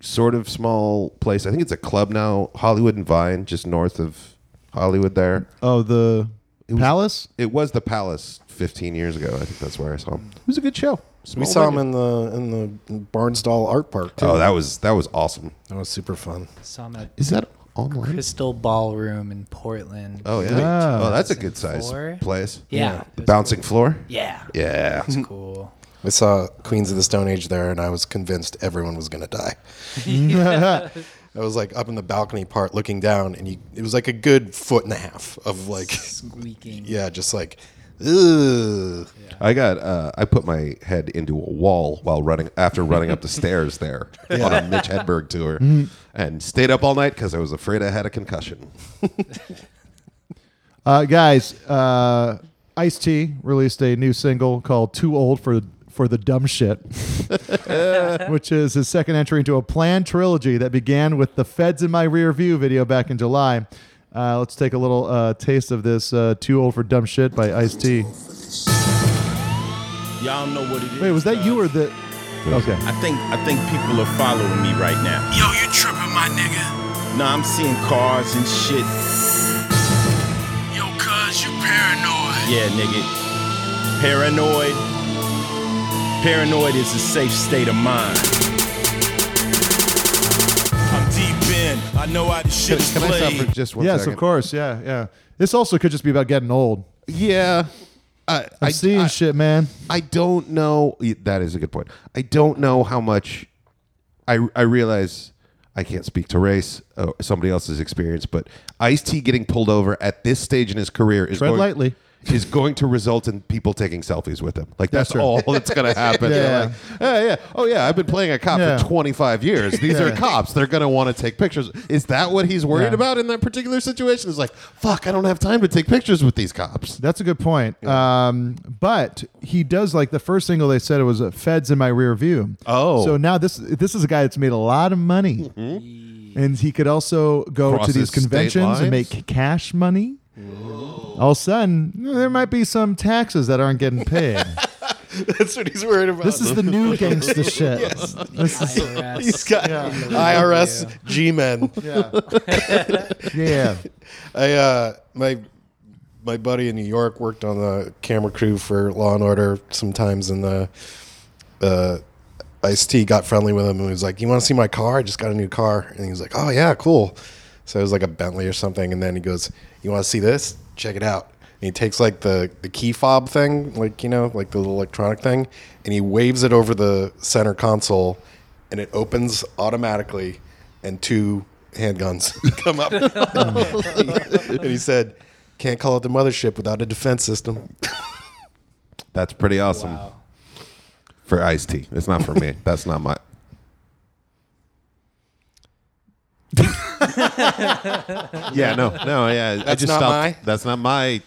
Speaker 7: sort of small place? I think it's a club now, Hollywood and Vine, just north of Hollywood. There,
Speaker 6: Oh, the Palace.
Speaker 7: It was the Palace 15 years ago. I think that's where I saw him. it was a good show.
Speaker 9: we
Speaker 7: Small
Speaker 9: saw him
Speaker 7: venue.
Speaker 9: in the in the Barnsdall Art Park. Too.
Speaker 7: Oh, that was that was awesome.
Speaker 9: that was super fun.
Speaker 8: Saw him at
Speaker 7: Is that online?
Speaker 8: Crystal Ballroom in Portland.
Speaker 7: Oh yeah. Oh, that's a good size
Speaker 8: 2004.
Speaker 7: place.
Speaker 8: Yeah.
Speaker 7: The bouncing floor.
Speaker 8: Yeah.
Speaker 7: Yeah.
Speaker 8: It's cool.
Speaker 9: I saw Queens of the Stone Age there, and I was convinced everyone was gonna die.
Speaker 8: Yeah.
Speaker 9: I was like up in the balcony part, looking down, and you, it was like a good foot and a half of like
Speaker 8: squeaking.
Speaker 9: Yeah, just like. Ugh.
Speaker 7: I got uh, I put my head into a wall while running after running up the stairs there on a Mitch Hedberg tour,
Speaker 6: Mhm.
Speaker 7: and stayed up all night because I was afraid I had a concussion.
Speaker 6: Uh, guys, uh, Ice T released a new single called "Too Old for for the Dumb Shit," which is his second entry into a planned trilogy that began with the "Feds in My Rear View" video back in July. Uh, let's take a little uh, taste of this uh, "Too Old for Dumb Shit" by Ice T.
Speaker 4: Y'all know what it is.
Speaker 6: Wait, was that you or the? Okay.
Speaker 4: I think I think people are following me right now. Yo, you tripping, my nigga? Nah, I'm seeing cars and shit. Yo, cuz you paranoid. Yeah, nigga. Paranoid. Paranoid is a safe state of mind. I'm deep in. I know how the shit is
Speaker 7: Can I stop
Speaker 4: played.
Speaker 7: for just one
Speaker 6: yes,
Speaker 7: second?
Speaker 6: of course. Yeah, yeah. This also could just be about getting old.
Speaker 7: Yeah. I,
Speaker 6: I'm seeing shit, man.
Speaker 7: I don't know. That is a good point. I don't know how much. I I realize I can't speak to race or somebody else's experience, but Ice T getting pulled over at this stage in his career is
Speaker 6: Tread
Speaker 7: going,
Speaker 6: lightly.
Speaker 7: is going to result in people taking selfies with him. Like that's,
Speaker 6: That's true.
Speaker 7: all that's going to happen.
Speaker 6: Yeah.
Speaker 7: They're like, "Oh, yeah. Oh yeah. I've been playing a cop
Speaker 6: Yeah.
Speaker 7: for 25 years. These
Speaker 6: Yeah.
Speaker 7: are cops. They're going to want to take pictures. Is that what he's worried
Speaker 6: Yeah.
Speaker 7: about in that particular situation? Is like, fuck, I don't have time to take pictures with these cops.
Speaker 6: That's a good point. Um, but he does like the first single they said it was uh, "Feds in My Rear View."
Speaker 7: Oh.
Speaker 6: so now this this is a guy that's made a lot of money, and he could also go to
Speaker 7: Crosses
Speaker 6: these
Speaker 7: Mm-hmm. state
Speaker 6: conventions and
Speaker 7: lines? Mm-hmm.
Speaker 6: make cash money. All of a sudden, there might be some taxes that aren't getting paid.
Speaker 9: That's what he's worried about.
Speaker 6: This is the new gangsta shit.
Speaker 9: Yes.
Speaker 6: This is-
Speaker 9: IRS. He's got IRS G-men.
Speaker 6: Yeah. Yeah.
Speaker 9: I uh my my buddy in New York worked on the camera crew for Law and Order sometimes and the uh Ice T got friendly with him and was like, You wanna see my car? I just got a new car and he was like, Oh yeah, cool. So it was like a Bentley or something and then he goes, You wanna see this? Check it out. And he takes like the, the key fob thing, like you know, like the little electronic thing, and he waves it over the center console and it opens automatically and two handguns come up. and he said, Can't call it the mothership without a defense system.
Speaker 7: That's pretty awesome. For Ice T. It's not for me. That's not my. Yeah, no, no, yeah. I
Speaker 9: That's
Speaker 7: just
Speaker 9: not
Speaker 7: stopped.
Speaker 9: my-
Speaker 7: That's not my.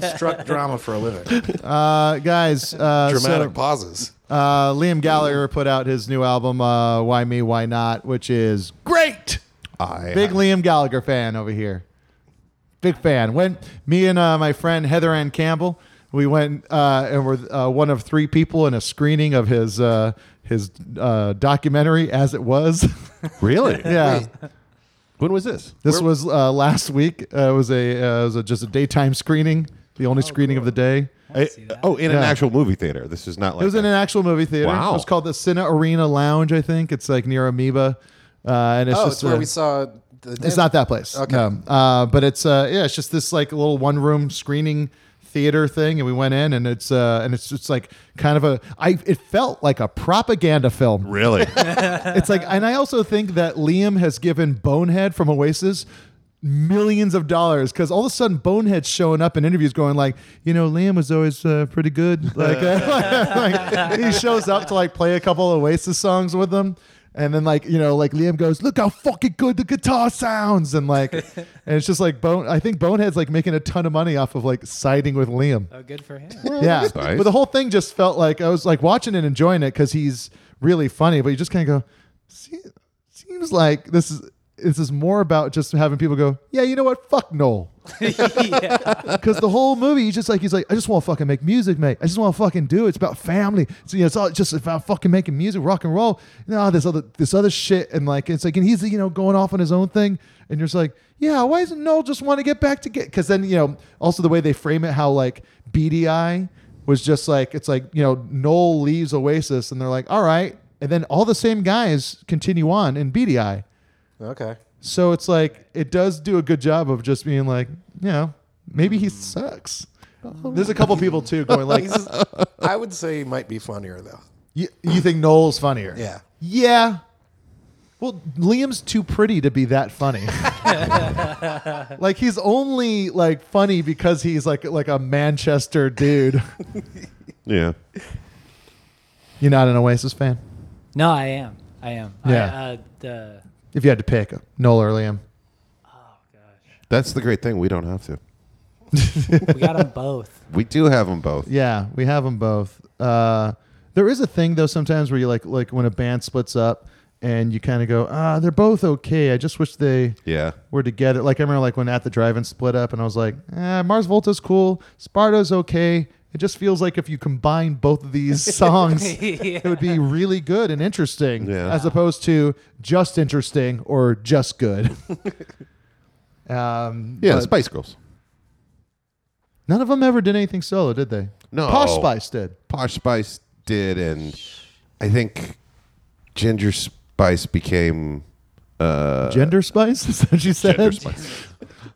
Speaker 9: Construct drama for a living.
Speaker 6: uh, guys, uh,
Speaker 9: Dramatic
Speaker 6: so,
Speaker 9: pauses.
Speaker 6: Uh, Liam Gallagher put out his new album, uh, "Why Me, Why Not," which is great.
Speaker 7: I
Speaker 6: Big Liam Gallagher fan over here. Big fan. When me and uh, my friend Heather Ann Campbell, we went uh, and were uh, one of three people in a screening of his uh, his uh, documentary as it was.
Speaker 7: Really?
Speaker 6: yeah.
Speaker 7: When was this?
Speaker 6: This was uh, last week. Uh, it was a uh, it was a, just a daytime screening, the only screening of the day.
Speaker 7: Oh, in an
Speaker 6: Yeah.
Speaker 7: actual movie theater. This is not like
Speaker 6: it was in an actual movie theater.
Speaker 7: Wow.
Speaker 6: It was called the Cine Arena Lounge, I think. It's like near Amoeba, uh, and it's
Speaker 9: oh,
Speaker 6: just
Speaker 9: it's where
Speaker 6: a-
Speaker 9: we saw the
Speaker 6: It's not that place.
Speaker 9: Okay.
Speaker 6: No. Uh, but it's uh, yeah, it's just this like little one room screening theater thing, and we went in, and it's uh, and it's just like kind of a I it felt like a propaganda film.
Speaker 7: Really?
Speaker 6: it's like, and I also think that Liam has given Bonehead from Oasis millions of dollars because all of a sudden Bonehead's showing up in interviews going like, you know, Liam was always uh, pretty good. Like, uh, like, he shows up to like play a couple of Oasis songs with them. And then like, you know, like Liam goes, look how fucking good the guitar sounds. And like, and it's just like Bone, I think Bonehead's like making a ton of money off of like siding with Liam
Speaker 8: Oh, good for him.
Speaker 6: yeah. But the whole thing just felt like I was like watching and enjoying it because he's really funny. But you just kind of go, "See- seems like this is this is more about just having people go, yeah, you know what, fuck Noel. Because the whole movie, he's just like he's like, I just want to fucking make music, mate. I just want to fucking do it. It's about family. So you know, it's all just about fucking making music, rock and roll. No, this other this other shit, and like it's like, and he's you know going off on his own thing, and you're just like, yeah, why doesn't Noel just want to get back to get? Because then you know, also the way they frame it, how like beady eye was just like it's like you know Noel leaves Oasis, and they're like, all right, and then all the same guys continue on in beady eye.
Speaker 9: Okay.
Speaker 6: So it's like it does do a good job of just being like, you know, maybe he sucks. There's a couple people too going like,
Speaker 9: He's- I would say he might be funnier though.
Speaker 6: you, you think Noel's funnier?
Speaker 9: Yeah.
Speaker 6: Yeah. Well, Liam's too pretty to be that funny. like he's only like funny because he's like like a Manchester dude.
Speaker 7: Yeah.
Speaker 6: You're not an Oasis fan.
Speaker 8: No, I am. I am.
Speaker 6: Yeah.
Speaker 8: I, uh, the, oh,
Speaker 6: If you had to pick Noel or Liam,
Speaker 7: That's the great thing. We don't have to.
Speaker 8: we got them both.
Speaker 7: We do have them both.
Speaker 6: Yeah, we have them both. Uh, there is a thing though sometimes where you like like when a band splits up and you kind of go, ah, they're both okay. I just wish they
Speaker 7: Yeah.
Speaker 6: were together. Like I remember like when At the Drive-In split up and I was like, eh, Mars Volta's cool, Sparta's okay. It just feels like if you combine both of these songs, it would be really good and interesting,
Speaker 7: Yeah.
Speaker 6: as opposed to just interesting or just good. um,
Speaker 7: Yeah.
Speaker 6: but-
Speaker 7: Spice Girls.
Speaker 6: None of them ever did anything solo, did they?
Speaker 7: No.
Speaker 6: Posh Spice did.
Speaker 7: Posh Spice did, and I think Ginger Spice became. Uh,
Speaker 6: Gender Spice? Is that what you said?
Speaker 7: Gender Spice.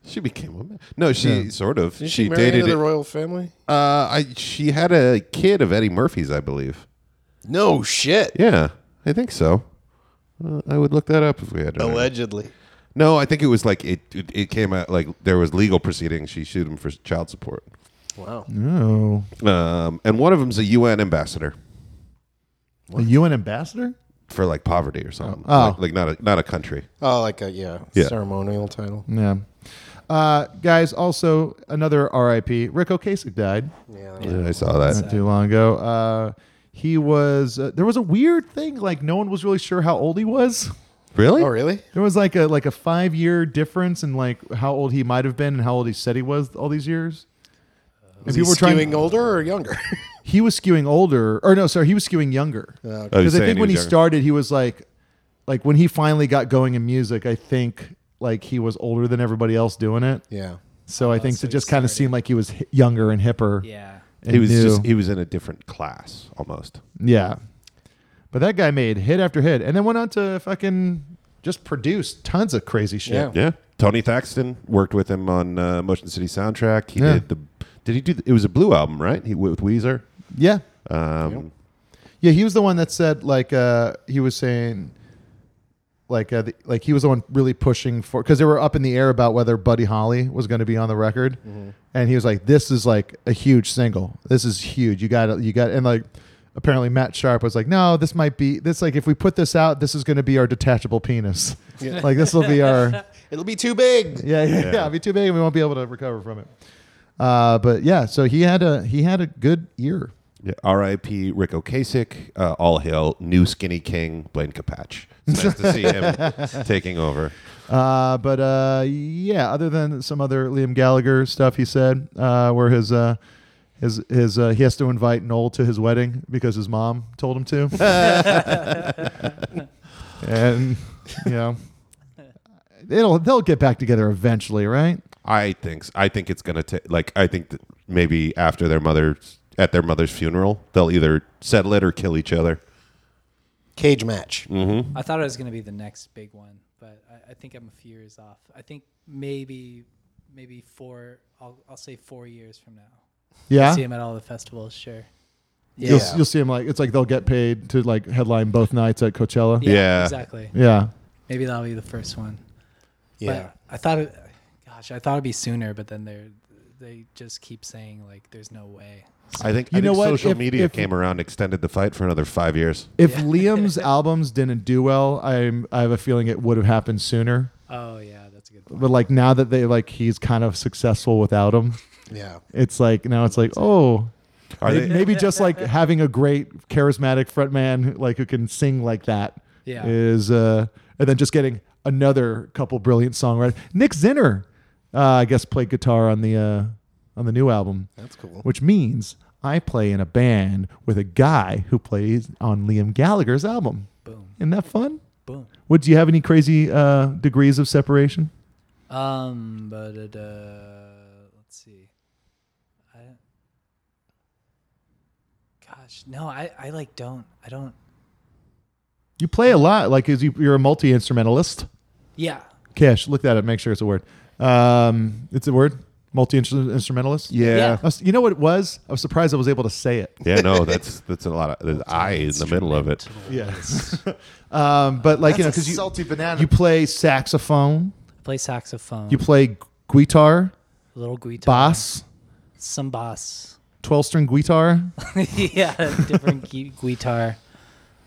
Speaker 7: she became a man. No, she
Speaker 6: Yeah.
Speaker 7: sort of.
Speaker 9: Didn't she
Speaker 7: she
Speaker 9: marry into
Speaker 7: dated
Speaker 9: the royal family?
Speaker 7: Uh, I she had a kid of Eddie Murphy's, I believe.
Speaker 9: No shit.
Speaker 7: Yeah, I think so. Uh, I would look that up if we had. it.
Speaker 9: Allegedly.
Speaker 7: No, I think it was like it, it. It came out like there was legal proceedings. She sued him for child support.
Speaker 9: Wow.
Speaker 6: No.
Speaker 7: Um, and one of them's a UN ambassador
Speaker 6: A UN ambassador?
Speaker 7: for like poverty or something.
Speaker 6: Oh.
Speaker 7: Like, like not a not a country.
Speaker 9: Oh, like a yeah,
Speaker 7: Yeah.
Speaker 9: ceremonial title.
Speaker 6: Yeah. Uh, guys, also another RIP. Rick Ocasek died.
Speaker 9: Yeah,
Speaker 7: Yeah, I saw that.
Speaker 6: Not too long ago. Uh, he was. Uh, there was a weird thing. Like no one was really sure how old he was.
Speaker 7: Really?
Speaker 9: Oh, really?
Speaker 6: There was like a like a five year difference in like how old he might have been and how old he said he was all these years. And
Speaker 9: Is he
Speaker 6: people were
Speaker 9: skewing
Speaker 6: trying-
Speaker 9: older or younger?
Speaker 6: he was skewing older, or no, sorry, he was skewing younger. Because
Speaker 7: Oh, he's
Speaker 6: I
Speaker 7: saying
Speaker 6: think
Speaker 7: he
Speaker 6: when
Speaker 7: was
Speaker 6: he
Speaker 7: younger.
Speaker 6: started, he was like, like when he finally got going in music, I think like he was older than everybody else doing it.
Speaker 9: Yeah.
Speaker 6: So I think it just kind of seemed like he was hi- younger and hipper.
Speaker 8: Yeah.
Speaker 6: and
Speaker 7: he was
Speaker 6: new.
Speaker 7: just he was in a different class almost.
Speaker 6: yeah. But that guy made hit after hit, and then went on to fucking just produce tons of crazy shit.
Speaker 9: Yeah.
Speaker 7: Yeah. Tony Thaxton worked with him on uh, Motion City soundtrack. He
Speaker 6: Yeah.
Speaker 7: did the. Did he do? The, it was a Blue album, right? He with Weezer.
Speaker 6: Yeah.
Speaker 7: Um,
Speaker 6: Yeah, he was the one that said like uh, he was saying like uh, the, like he was the one really pushing for because they were up in the air about whether Buddy Holly was going to be on the record, and he was like, "This is like a huge single. This is huge. You got to you got." And like apparently Matt Sharp was like, "No, this might be this like if we put this out, this is going to be our detachable penis.
Speaker 9: Yeah.
Speaker 6: like this will be our
Speaker 9: It'll be too big.
Speaker 6: yeah, yeah, yeah. It'll be too big, and we won't be able to recover from it." Uh, but yeah, so he had a he had a good year.
Speaker 7: yeah, R.I.P. Rick Ocasek. Uh, all hail new skinny king Blaine Capatch. It's nice to see him taking over.
Speaker 6: Uh, but uh, yeah, other than some other Liam Gallagher stuff, he said uh, where his uh, his his uh, he has to invite Noel to his wedding because his mom told him to, and you know it'll they'll get back together eventually, right?
Speaker 7: I think s- I think it's gonna take like I think that maybe after their mother's at their mother's funeral they'll either settle it or kill each other.
Speaker 9: Cage match.
Speaker 7: Mm-hmm.
Speaker 8: I thought it was going to be the next big one, but I, I think I'm a few years off. I think maybe, maybe four. I'll, I'll say four years from now.
Speaker 6: Yeah?
Speaker 8: See him at all the festivals, sure.
Speaker 6: You'll, s- you'll see him like it's like they'll get paid to like headline both nights at Coachella.
Speaker 8: Exactly.
Speaker 6: Yeah.
Speaker 8: Maybe that'll be the first one.
Speaker 9: Yeah.
Speaker 8: But I thought it. Gosh, I thought it'd be sooner, but then they're they just keep saying like, "There's no way."
Speaker 7: I think
Speaker 6: You
Speaker 7: I
Speaker 6: know
Speaker 7: think
Speaker 6: what?
Speaker 7: social
Speaker 6: If-
Speaker 7: media
Speaker 6: if-
Speaker 7: came around, extended the fight for another five years.
Speaker 6: If Liam's albums didn't do well, I'm I have a feeling it would have happened sooner.
Speaker 8: Oh yeah, that's a good.
Speaker 6: But like now that they like he's kind of successful without him.
Speaker 9: Yeah.
Speaker 6: It's like now it's like, oh
Speaker 7: Are
Speaker 6: may-
Speaker 7: they-
Speaker 6: maybe, just like having a great charismatic frontman like who can sing like that is
Speaker 8: Yeah.
Speaker 6: uh and then just getting another couple brilliant songwriters. Nick Zinner uh, I guess played guitar on the uh on the new album.
Speaker 9: That's cool.
Speaker 6: Which means I play in a band with a guy who plays on Liam Gallagher's album. Boom. Isn't that fun?
Speaker 8: Boom.
Speaker 6: Would you have any crazy uh, degrees of separation?
Speaker 8: Um, but it, uh, let's see. I gosh, no, I I like don't I don't.
Speaker 6: You play a lot, like is you, you're a multi instrumentalist.
Speaker 8: Yeah.
Speaker 6: Cash, look that up. Make sure it's a word. Um, it's a word. Multi instrumentalist.
Speaker 7: Yeah. Yeah.
Speaker 6: you know what it was? I was surprised I was able to say it.
Speaker 7: Yeah, no, that's that's a lot of there's I in the middle of it.
Speaker 6: Yes. um, but like you know,
Speaker 9: That's a
Speaker 6: because you
Speaker 9: salty banana.
Speaker 6: you play saxophone,
Speaker 8: I play saxophone.
Speaker 6: you play gu- guitar,
Speaker 8: little guitar.
Speaker 6: bass,
Speaker 8: Some bass.
Speaker 6: twelve string guitar.
Speaker 8: yeah, different gui- guitar.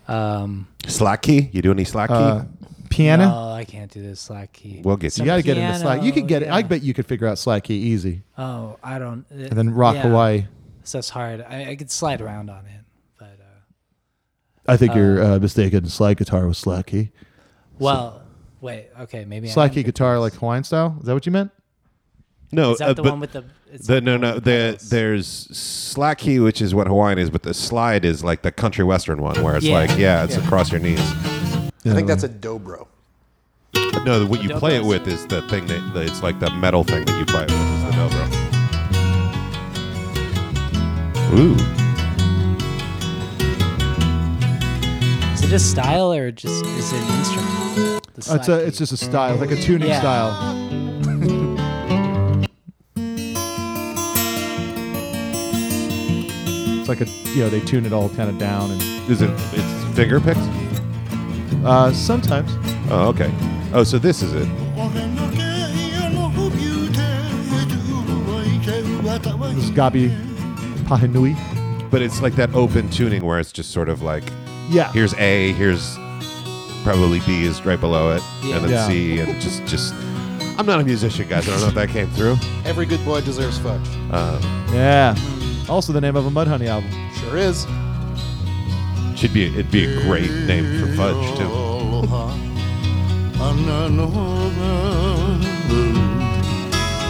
Speaker 8: Um,
Speaker 7: Slack key? You do any slack key?
Speaker 6: Uh, piano.
Speaker 8: No, I can't do this slack key.
Speaker 7: We'll get
Speaker 8: Some
Speaker 6: you got to get into slack. You could
Speaker 8: piano,
Speaker 6: get it. I
Speaker 8: yeah.
Speaker 6: bet you could figure out slack key easy.
Speaker 8: Oh, I don't. And
Speaker 6: then rock Hawaii.
Speaker 8: So it's hard. I, I could slide around on it. uh,
Speaker 6: I think you're uh, mistaken. Slide guitar was slack key.
Speaker 8: Well, wait. Okay, maybe. I am
Speaker 6: Slack key
Speaker 8: thinking-
Speaker 6: guitar like Hawaiian style. Is that what you meant?
Speaker 7: No,
Speaker 8: Is that
Speaker 7: uh,
Speaker 8: the
Speaker 7: but
Speaker 8: one with the- it's
Speaker 7: the- no no the, there's slack key, which is what Hawaiian is, but the slide is like the country western one where it's
Speaker 9: Yeah.
Speaker 7: like yeah, it's
Speaker 9: Yeah.
Speaker 7: across your knees.
Speaker 9: I think that's a dobro.
Speaker 7: No, the- what you play it with is the thing that that it's like the metal thing that you play it with is the dobro. Ooh,
Speaker 8: Is it a style or just is it an instrument? The
Speaker 6: Uh, it's
Speaker 8: slack
Speaker 6: a, it's just a style, like a tuning
Speaker 8: Yeah.
Speaker 6: style. It's like a you know they tune it all kind of down and.
Speaker 7: Is it? It's finger picks.
Speaker 6: Uh, sometimes.
Speaker 7: Oh, okay. Oh, so this is it.
Speaker 6: This is Gabi Pahinui.
Speaker 7: But it's like that open tuning where it's just sort of like,
Speaker 6: Yeah.
Speaker 7: here's A, here's probably B is right below it,
Speaker 9: Yeah.
Speaker 7: and then
Speaker 9: Yeah.
Speaker 7: C, and just just. I'm not a musician, guys. I don't know if that came through.
Speaker 9: Every good boy deserves fuck.
Speaker 7: Uh,
Speaker 6: Yeah. Also the name of a Mudhoney album.
Speaker 9: Sure is.
Speaker 7: should be it'd be a great name for fudge too.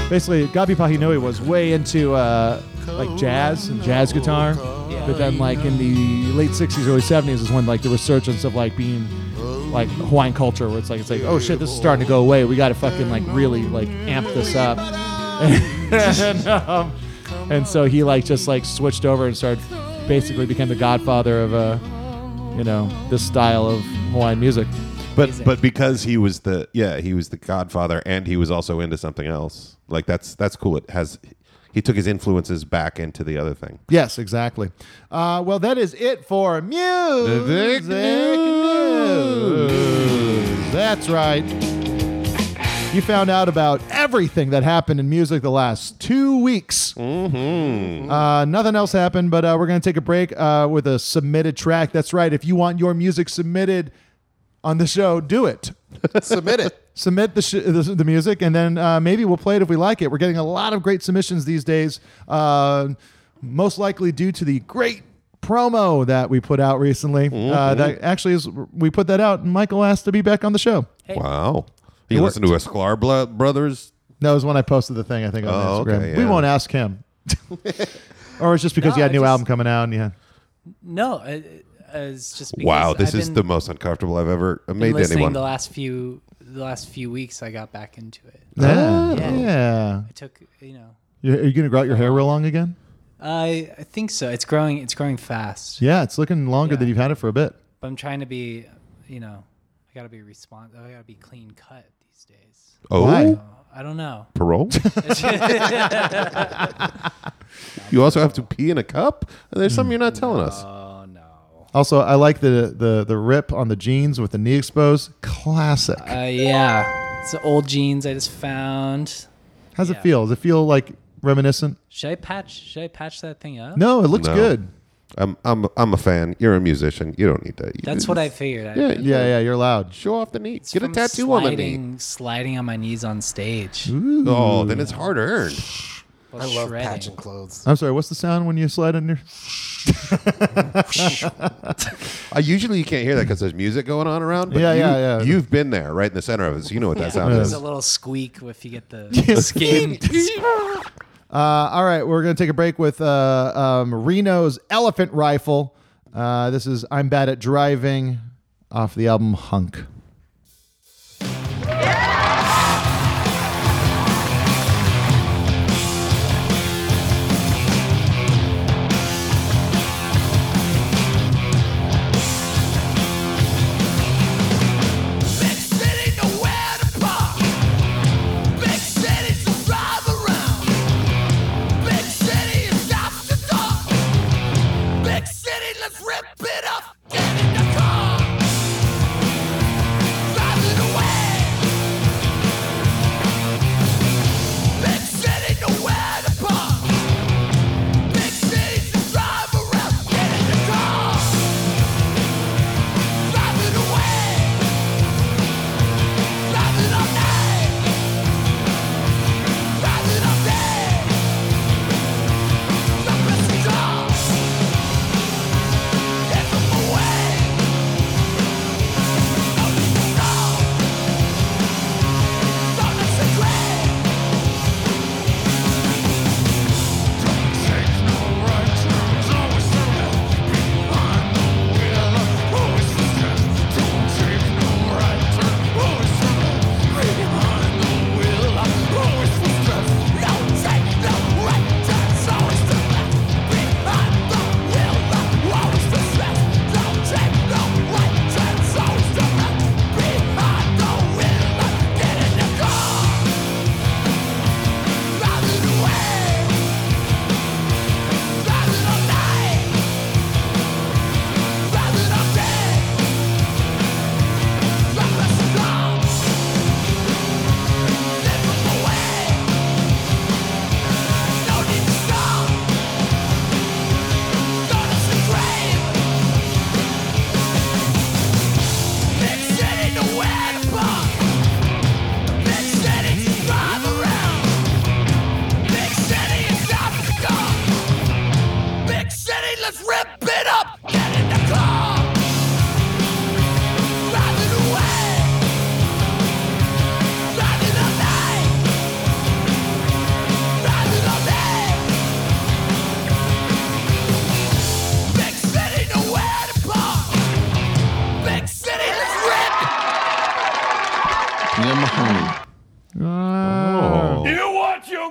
Speaker 6: Basically, Gabi Pahinui was way into uh, like jazz and jazz guitar, but then like in the late '60s, early '70s is when like the resurgence of like being like Hawaiian culture, where it's like it's like oh shit, this is starting to go away. We got to fucking like really like amp this up. and, um, and so he like just like switched over and started basically became the godfather of uh, you know this style of Hawaiian music.
Speaker 7: But but because he was the yeah he was the Godfather and he was also into something else. Like that's that's cool. It has he took his influences back into the other thing.
Speaker 6: Yes, exactly. Uh, well, that is it for music news. That's right. You found out about everything that happened in music the last two weeks. Mm-hmm. Uh, nothing else happened, but uh, we're going to take a break uh, with a submitted track. That's right. If you want your music submitted on the show, do it.
Speaker 9: Submit it.
Speaker 6: Submit the, sh- the, the music, and then uh, maybe we'll play it if we like it. We're getting a lot of great submissions these days, uh, most likely due to the great promo that we put out recently. Uh,
Speaker 7: Mhm.
Speaker 6: that actually is, we put that out, and Michael asked to be back on the show.
Speaker 7: Wow. You
Speaker 6: It
Speaker 7: listen to Escolar Blo- Brothers?
Speaker 6: That was when I posted the thing, I think, on
Speaker 7: Oh,
Speaker 6: Instagram.
Speaker 7: okay,
Speaker 6: We
Speaker 7: yeah.
Speaker 6: won't ask him. or it's just because
Speaker 8: No,
Speaker 6: you had a
Speaker 8: I
Speaker 6: new
Speaker 8: just-
Speaker 6: album coming out, and yeah.
Speaker 8: No, it, it's just because
Speaker 7: Wow, this
Speaker 8: I've
Speaker 7: is
Speaker 8: been-
Speaker 7: the most uncomfortable I've ever
Speaker 8: been
Speaker 7: made to
Speaker 8: listening
Speaker 7: anyone.
Speaker 8: The last few the last few weeks, I got back into it.
Speaker 6: Ah. Yeah, yeah.
Speaker 8: I took you know.
Speaker 6: You- Are you going to grow out your hair real long again?
Speaker 8: I I think so. It's growing. It's growing fast.
Speaker 6: Yeah, it's looking longer than you've had it for a bit.
Speaker 8: But I'm trying to be, you know, I gotta be responsive. I gotta be clean cut these days.
Speaker 7: Oh.
Speaker 6: Why?
Speaker 8: I don't know.
Speaker 7: Parole? you also have to pee in a cup? There's something you're not telling us.
Speaker 6: Mm, Also, I like the, the the rip on the jeans with the knee exposed. Classic.
Speaker 8: Uh, yeah, it's the old jeans I just found.
Speaker 6: How's
Speaker 8: Yeah.
Speaker 6: it feel? Does it feel like reminiscent?
Speaker 8: Should I patch? Should I patch that thing up?
Speaker 6: No, it looks
Speaker 7: No.
Speaker 6: good.
Speaker 7: I'm, I'm, I'm a fan. You're a musician. You don't need that. You-
Speaker 8: That's what I figured. I-
Speaker 7: Yeah,
Speaker 6: yeah, yeah. You're allowed.
Speaker 7: Show off the knee.
Speaker 8: It's
Speaker 7: Get a
Speaker 8: from
Speaker 7: tattoo on
Speaker 8: sliding,
Speaker 7: the knee.
Speaker 8: Sliding on my knees on stage.
Speaker 7: Oh, then it's hard earned.
Speaker 8: Well,
Speaker 9: I love
Speaker 8: shredding.
Speaker 9: patching clothes.
Speaker 6: I'm sorry. What's the sound when you slide on your?
Speaker 7: I usually you can't hear that because there's music going on around. But
Speaker 6: Yeah,
Speaker 7: you,
Speaker 6: yeah, yeah.
Speaker 7: You've been there, right in the center of it, so you know what that sound
Speaker 8: There's
Speaker 7: is.
Speaker 8: a little squeak if you get the skin.
Speaker 6: Uh, all right, we're gonna take a break with uh, um, Reno's Elephant Rifle. Uh, this is "I'm Bad at Driving" off the album Hunk.
Speaker 4: Big city, let's rip it up. Get in the car.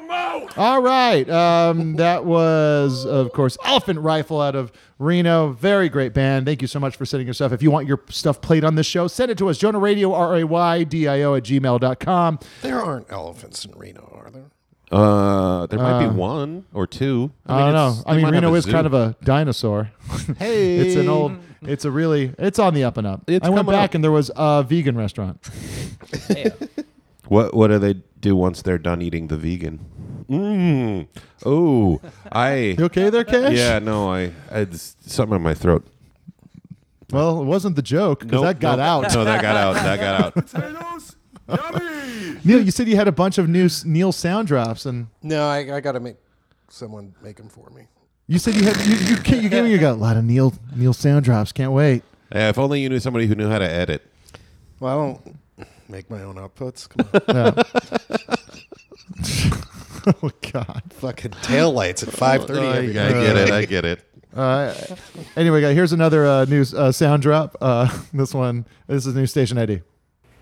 Speaker 6: Oh. All right. Um, that was, of course, Elephant Rifle out of Reno. Very great band. Thank you so much for sending your stuff. If you want your stuff played on this show, send it to us. Jonah Radio, R A Y D I O at gmail.com.
Speaker 12: There aren't elephants in Reno, are there?
Speaker 7: Uh, there might
Speaker 6: Uh,
Speaker 7: be one or two.
Speaker 6: I, don't
Speaker 7: it's-
Speaker 6: know.
Speaker 7: they
Speaker 6: I mean,
Speaker 7: might have
Speaker 6: Reno
Speaker 7: a
Speaker 6: is
Speaker 7: zoo.
Speaker 6: kind of a dinosaur.
Speaker 7: Hey.
Speaker 6: it's an old. It's a really. It's on the up and up. I went
Speaker 7: coming
Speaker 6: back
Speaker 7: up.
Speaker 6: and there was a vegan restaurant.
Speaker 7: What What do they do once they're done eating the vegan? Mm. Oh, I.
Speaker 6: You okay there, Cash?
Speaker 7: Yeah. No, I. I had s- something in my throat.
Speaker 6: Well, it wasn't the joke because
Speaker 7: Nope,
Speaker 6: that got
Speaker 7: nope.
Speaker 6: out.
Speaker 7: No, that got out. That got out.
Speaker 6: Neil, you said you had a bunch of new s- Neil sound drops, and
Speaker 12: No, I, I got to make someone make them for me.
Speaker 6: you said you had you you, ca- you, gave me- you got a lot of Neil Neil sound drops. Can't wait.
Speaker 7: Yeah, if only you knew somebody who knew how to edit.
Speaker 12: Well, I don't make my own outputs. Come on.
Speaker 6: oh God!
Speaker 12: Fucking taillights at five thirty.
Speaker 7: Oh, I get it. I get it.
Speaker 6: Uh, anyway, guys, here's another uh, new uh, sound drop. Uh, this one. This is new station ID.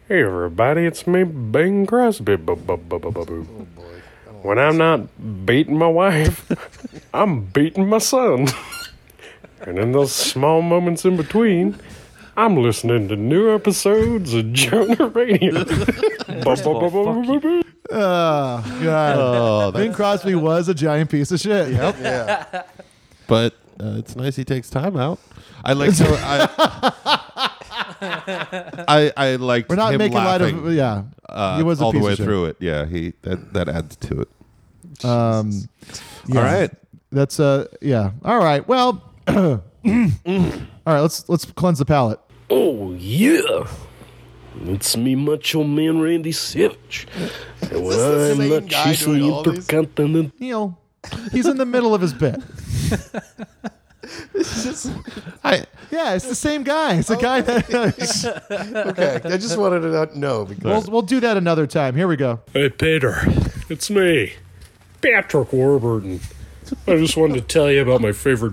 Speaker 13: Hey everybody, it's me, Bing Crosby. Bu- bu- bu- bu- bu- boo. When I'm not beating my wife, I'm beating my son. and in those small moments in between, I'm listening to new episodes of Jonah Radio. Bu- bu- bu- bu- bu- bu- bu.
Speaker 6: Oh God!
Speaker 7: Oh,
Speaker 6: Bing
Speaker 7: that's-
Speaker 6: Crosby was a giant piece of shit. Yep.
Speaker 7: Yeah. But uh, it's nice he takes time out. I like to. I, I I liked.
Speaker 6: We're not
Speaker 7: him
Speaker 6: making light of-
Speaker 7: laughing,
Speaker 6: yeah.
Speaker 7: Uh,
Speaker 6: He was a
Speaker 7: all
Speaker 6: piece
Speaker 7: the way
Speaker 6: of shit.
Speaker 7: through it. Yeah. He that that adds to it.
Speaker 6: Um,
Speaker 7: All right.
Speaker 6: That's uh yeah. All right. Well. all right. Let's let's cleanse the palate.
Speaker 14: Oh, yeah. It's me, Macho Man Randy Savage. And when
Speaker 6: the
Speaker 14: I'm
Speaker 6: same
Speaker 14: not
Speaker 6: guy
Speaker 14: chasing
Speaker 6: doing all these?
Speaker 14: Intercontinental.
Speaker 6: Neil, he's in the middle of his bit.
Speaker 7: I,
Speaker 6: yeah, it's the same guy. It's the guy that. uh,
Speaker 12: okay, I just wanted to not know
Speaker 6: we'll
Speaker 12: because
Speaker 6: we'll do that another time. Here we go.
Speaker 13: Hey, Peter. It's me, Patrick Warburton. I just wanted to tell you about my favorite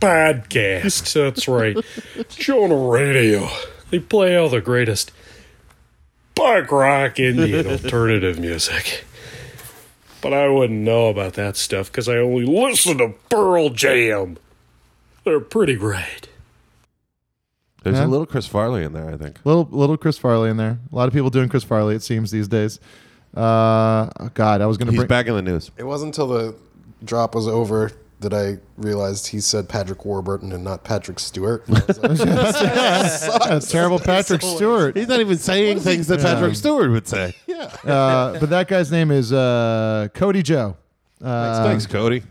Speaker 13: podcast. That's right. Jonah Radio. They play all the greatest punk rock indie and alternative music. But I wouldn't know about that stuff because I only listen to Pearl Jam. They're pretty great.
Speaker 7: There's
Speaker 6: Yeah.
Speaker 7: a little Chris Farley in there. I think.
Speaker 6: Little little Chris Farley in there. A lot of people doing Chris Farley. It seems these days. Uh, oh, God, I was gonna
Speaker 7: He's
Speaker 6: bring
Speaker 7: back in the news.
Speaker 12: it wasn't until the drop was over that I realized he said Patrick Warburton and not Patrick Stewart. And I was like, "This
Speaker 6: That's
Speaker 12: sucks."
Speaker 6: terrible, Patrick Stewart.
Speaker 7: He's not even saying things that Patrick Stewart would say.
Speaker 12: Yeah.
Speaker 6: Uh, but that guy's name is uh, Cody Joe. Uh,
Speaker 7: Thanks, Cody.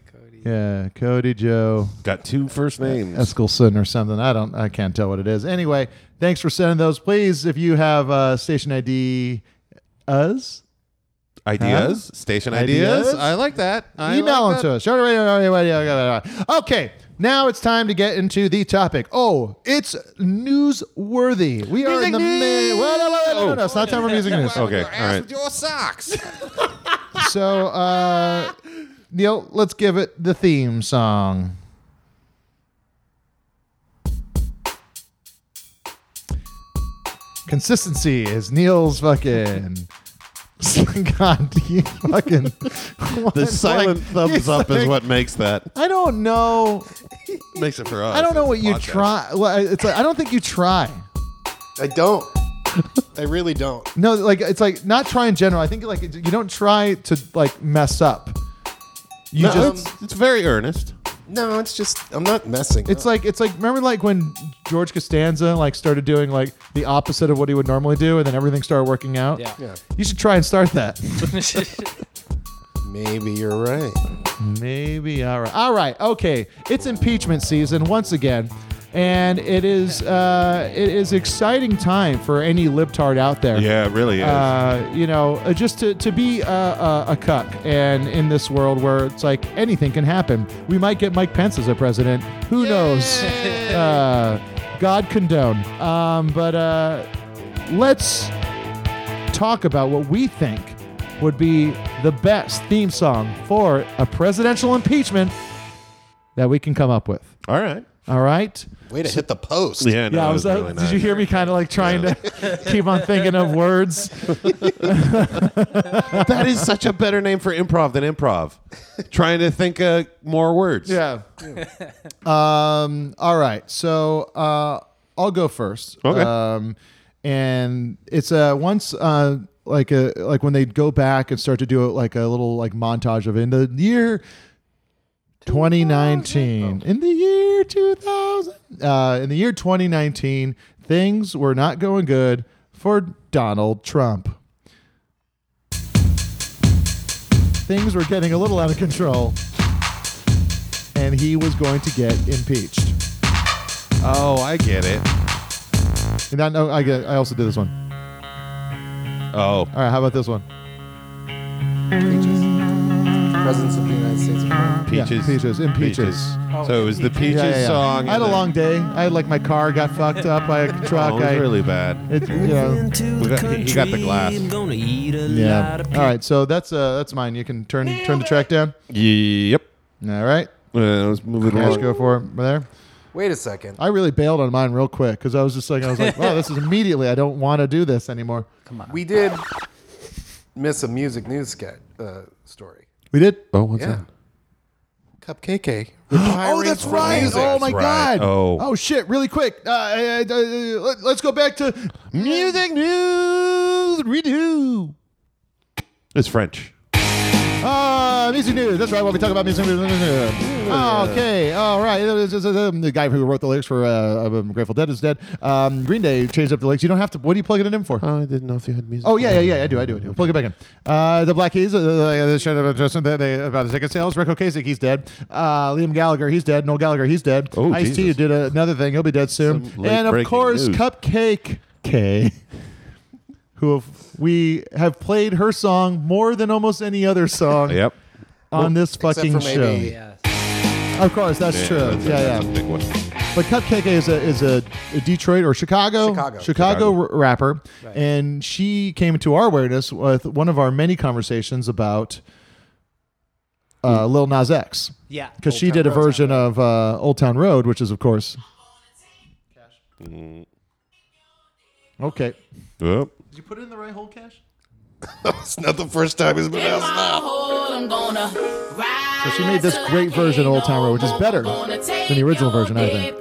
Speaker 6: Yeah, Cody Joe.
Speaker 7: Got two first names.
Speaker 6: Eskelson or something. I don't. I can't tell what it is. Anyway, thanks for sending those. Please, if you have uh, station ID, us
Speaker 7: Ideas,
Speaker 6: Huh?
Speaker 7: station ideas.
Speaker 6: Ideas?
Speaker 7: I like that. I
Speaker 6: email
Speaker 7: like
Speaker 6: them to us. Shorter radio, radio, radio, radio, radio. Okay, now it's time to get into the topic. Oh, it's newsworthy. We are in the mi- well, no, no, no, no, no, it's not time for music news.
Speaker 7: Okay, all right.
Speaker 12: Your socks.
Speaker 6: So, uh, Neil, let's give it the theme song. Consistency is Neil's fucking. God, you fucking.
Speaker 7: The silent thumbs
Speaker 6: he's
Speaker 7: up is
Speaker 6: like-
Speaker 7: what makes that
Speaker 6: I don't know.
Speaker 7: makes it for us.
Speaker 6: I don't know what
Speaker 7: Oh, It's a
Speaker 6: you
Speaker 7: podcast.
Speaker 6: try. Well, I- it's like I don't think you try.
Speaker 12: I don't. I really don't.
Speaker 6: No, like it's like not try in general. I think like it- you don't try to like mess up. You
Speaker 12: No,
Speaker 7: um,
Speaker 6: just
Speaker 12: it's-
Speaker 7: it's very earnest.
Speaker 12: No, it's just I'm not messing.
Speaker 6: It's like it's like remember like when George Costanza like started doing like the opposite of what he would normally do, and then everything started working out.
Speaker 12: Yeah. Yeah.
Speaker 6: You should try and start that.
Speaker 12: Maybe you're right.
Speaker 6: Maybe all right. All right. Okay. It's impeachment season once again. And it is uh, it is exciting time for any libtard out there.
Speaker 7: Yeah, it really is.
Speaker 6: Uh, you know, uh, just to, to be a, a, a cuck, and in this world where it's like anything can happen, we might get Mike Pence as a president. Who knows? Uh, God condone. Um, but uh, let's talk about what we think would be the best theme song for a presidential impeachment that we can come up with.
Speaker 7: All right.
Speaker 6: All right.
Speaker 12: Way to hit the post.
Speaker 7: Yeah, no,
Speaker 6: yeah, I
Speaker 7: it
Speaker 6: was.
Speaker 7: was
Speaker 6: uh,
Speaker 7: really
Speaker 6: Did you
Speaker 7: nice.
Speaker 6: hear me? Kind of like trying to keep on thinking of words.
Speaker 7: that is such a better name for improv than improv. Trying to think uh, more words.
Speaker 6: Yeah. um. All right. So uh, I'll go first.
Speaker 7: Okay.
Speaker 6: Um, and it's uh once uh like a like when they go back and start to do it like a little like montage of in the year 2019 in the year 2000 uh in the year 2019 things were not going good for Donald Trump. Things were getting a little out of control and he was going to get impeached.
Speaker 7: Oh, I get it.
Speaker 6: And I, know- I get. I also did this one.
Speaker 7: Oh. All
Speaker 6: right. How about this one?
Speaker 12: Presidents of the United States. of America.
Speaker 7: Peaches.
Speaker 6: Yeah, peaches. And peaches.
Speaker 7: So it was the Oh, Peaches
Speaker 6: Yeah, yeah, yeah.
Speaker 7: song.
Speaker 6: I had a
Speaker 7: and
Speaker 6: long day. I had like my car got fucked up by a truck.
Speaker 7: Oh, it was
Speaker 6: I,
Speaker 7: really bad.
Speaker 6: It, you know.
Speaker 7: We got- he- he got the glass.
Speaker 6: Yeah. All right. So that's uh that's mine. You can turn turn the track down.
Speaker 7: Yep.
Speaker 6: All right.
Speaker 7: Uh, let's move it
Speaker 6: Yeah,
Speaker 7: along.
Speaker 6: just go for it there.
Speaker 12: Wait a second.
Speaker 6: I really bailed on mine real quick because I was just like I was like, wow, this is immediately. I don't want to do this anymore. Come on.
Speaker 12: We did miss a music news sketch, uh, story.
Speaker 6: We did.
Speaker 7: Oh, what's
Speaker 12: Yeah. Cupcake.
Speaker 6: oh, that's
Speaker 12: from
Speaker 6: right.
Speaker 12: music.
Speaker 6: Oh my
Speaker 12: That's right.
Speaker 6: god.
Speaker 12: Oh.
Speaker 6: shit! Really quick. Uh, uh, uh, let, us go back to music news redo.
Speaker 7: It's French.
Speaker 6: Uh, music news. That's right. What we talk about music news. Okay. All right. Um, The guy who wrote the lyrics for uh, um, Grateful Dead is dead. Um, Green Day changed up the lyrics. You don't have to. What are you plugging it in for?
Speaker 7: I didn't know if you had music.
Speaker 6: Oh yeah, yeah, yeah. I do. I do. I do. Plug it back in. Uh, the Black Keys. Uh, they- they showed up at- they- they- about the ticket sales. Rick Ocasek, he's dead. Uh, Liam Gallagher, he's dead. Noel Gallagher, he's dead.
Speaker 7: Oh,
Speaker 6: Ice T
Speaker 7: Jesus.
Speaker 6: did another thing. He'll be dead soon.
Speaker 7: Some
Speaker 6: And of
Speaker 7: late-breaking
Speaker 6: course,
Speaker 7: news.
Speaker 6: Cupcake K, who have, we have played her song more than almost any other song.
Speaker 7: Yep.
Speaker 6: On this
Speaker 12: Except for
Speaker 6: fucking show.
Speaker 12: maybe-
Speaker 6: Of course, that's
Speaker 7: Yeah,
Speaker 6: true.
Speaker 7: that's a-
Speaker 6: yeah,
Speaker 7: that's
Speaker 6: yeah.
Speaker 7: a big one.
Speaker 6: But Cupcake is a is a, a Detroit or Chicago Chicago,
Speaker 7: Chicago.
Speaker 6: r- rapper, and she came to our awareness with one of our many conversations about uh, Lil Nas X.
Speaker 8: Yeah.
Speaker 6: because
Speaker 8: Old
Speaker 6: she
Speaker 8: Town
Speaker 6: did a
Speaker 8: Road's out
Speaker 6: version of uh, Old Town Road, which is of course. Okay.
Speaker 7: Yep.
Speaker 6: Did you put it in the right hole, Cash?
Speaker 12: it's not the first time he's been asked that.
Speaker 6: So she made this great version of Old Town Road, which is better than the original version, I think.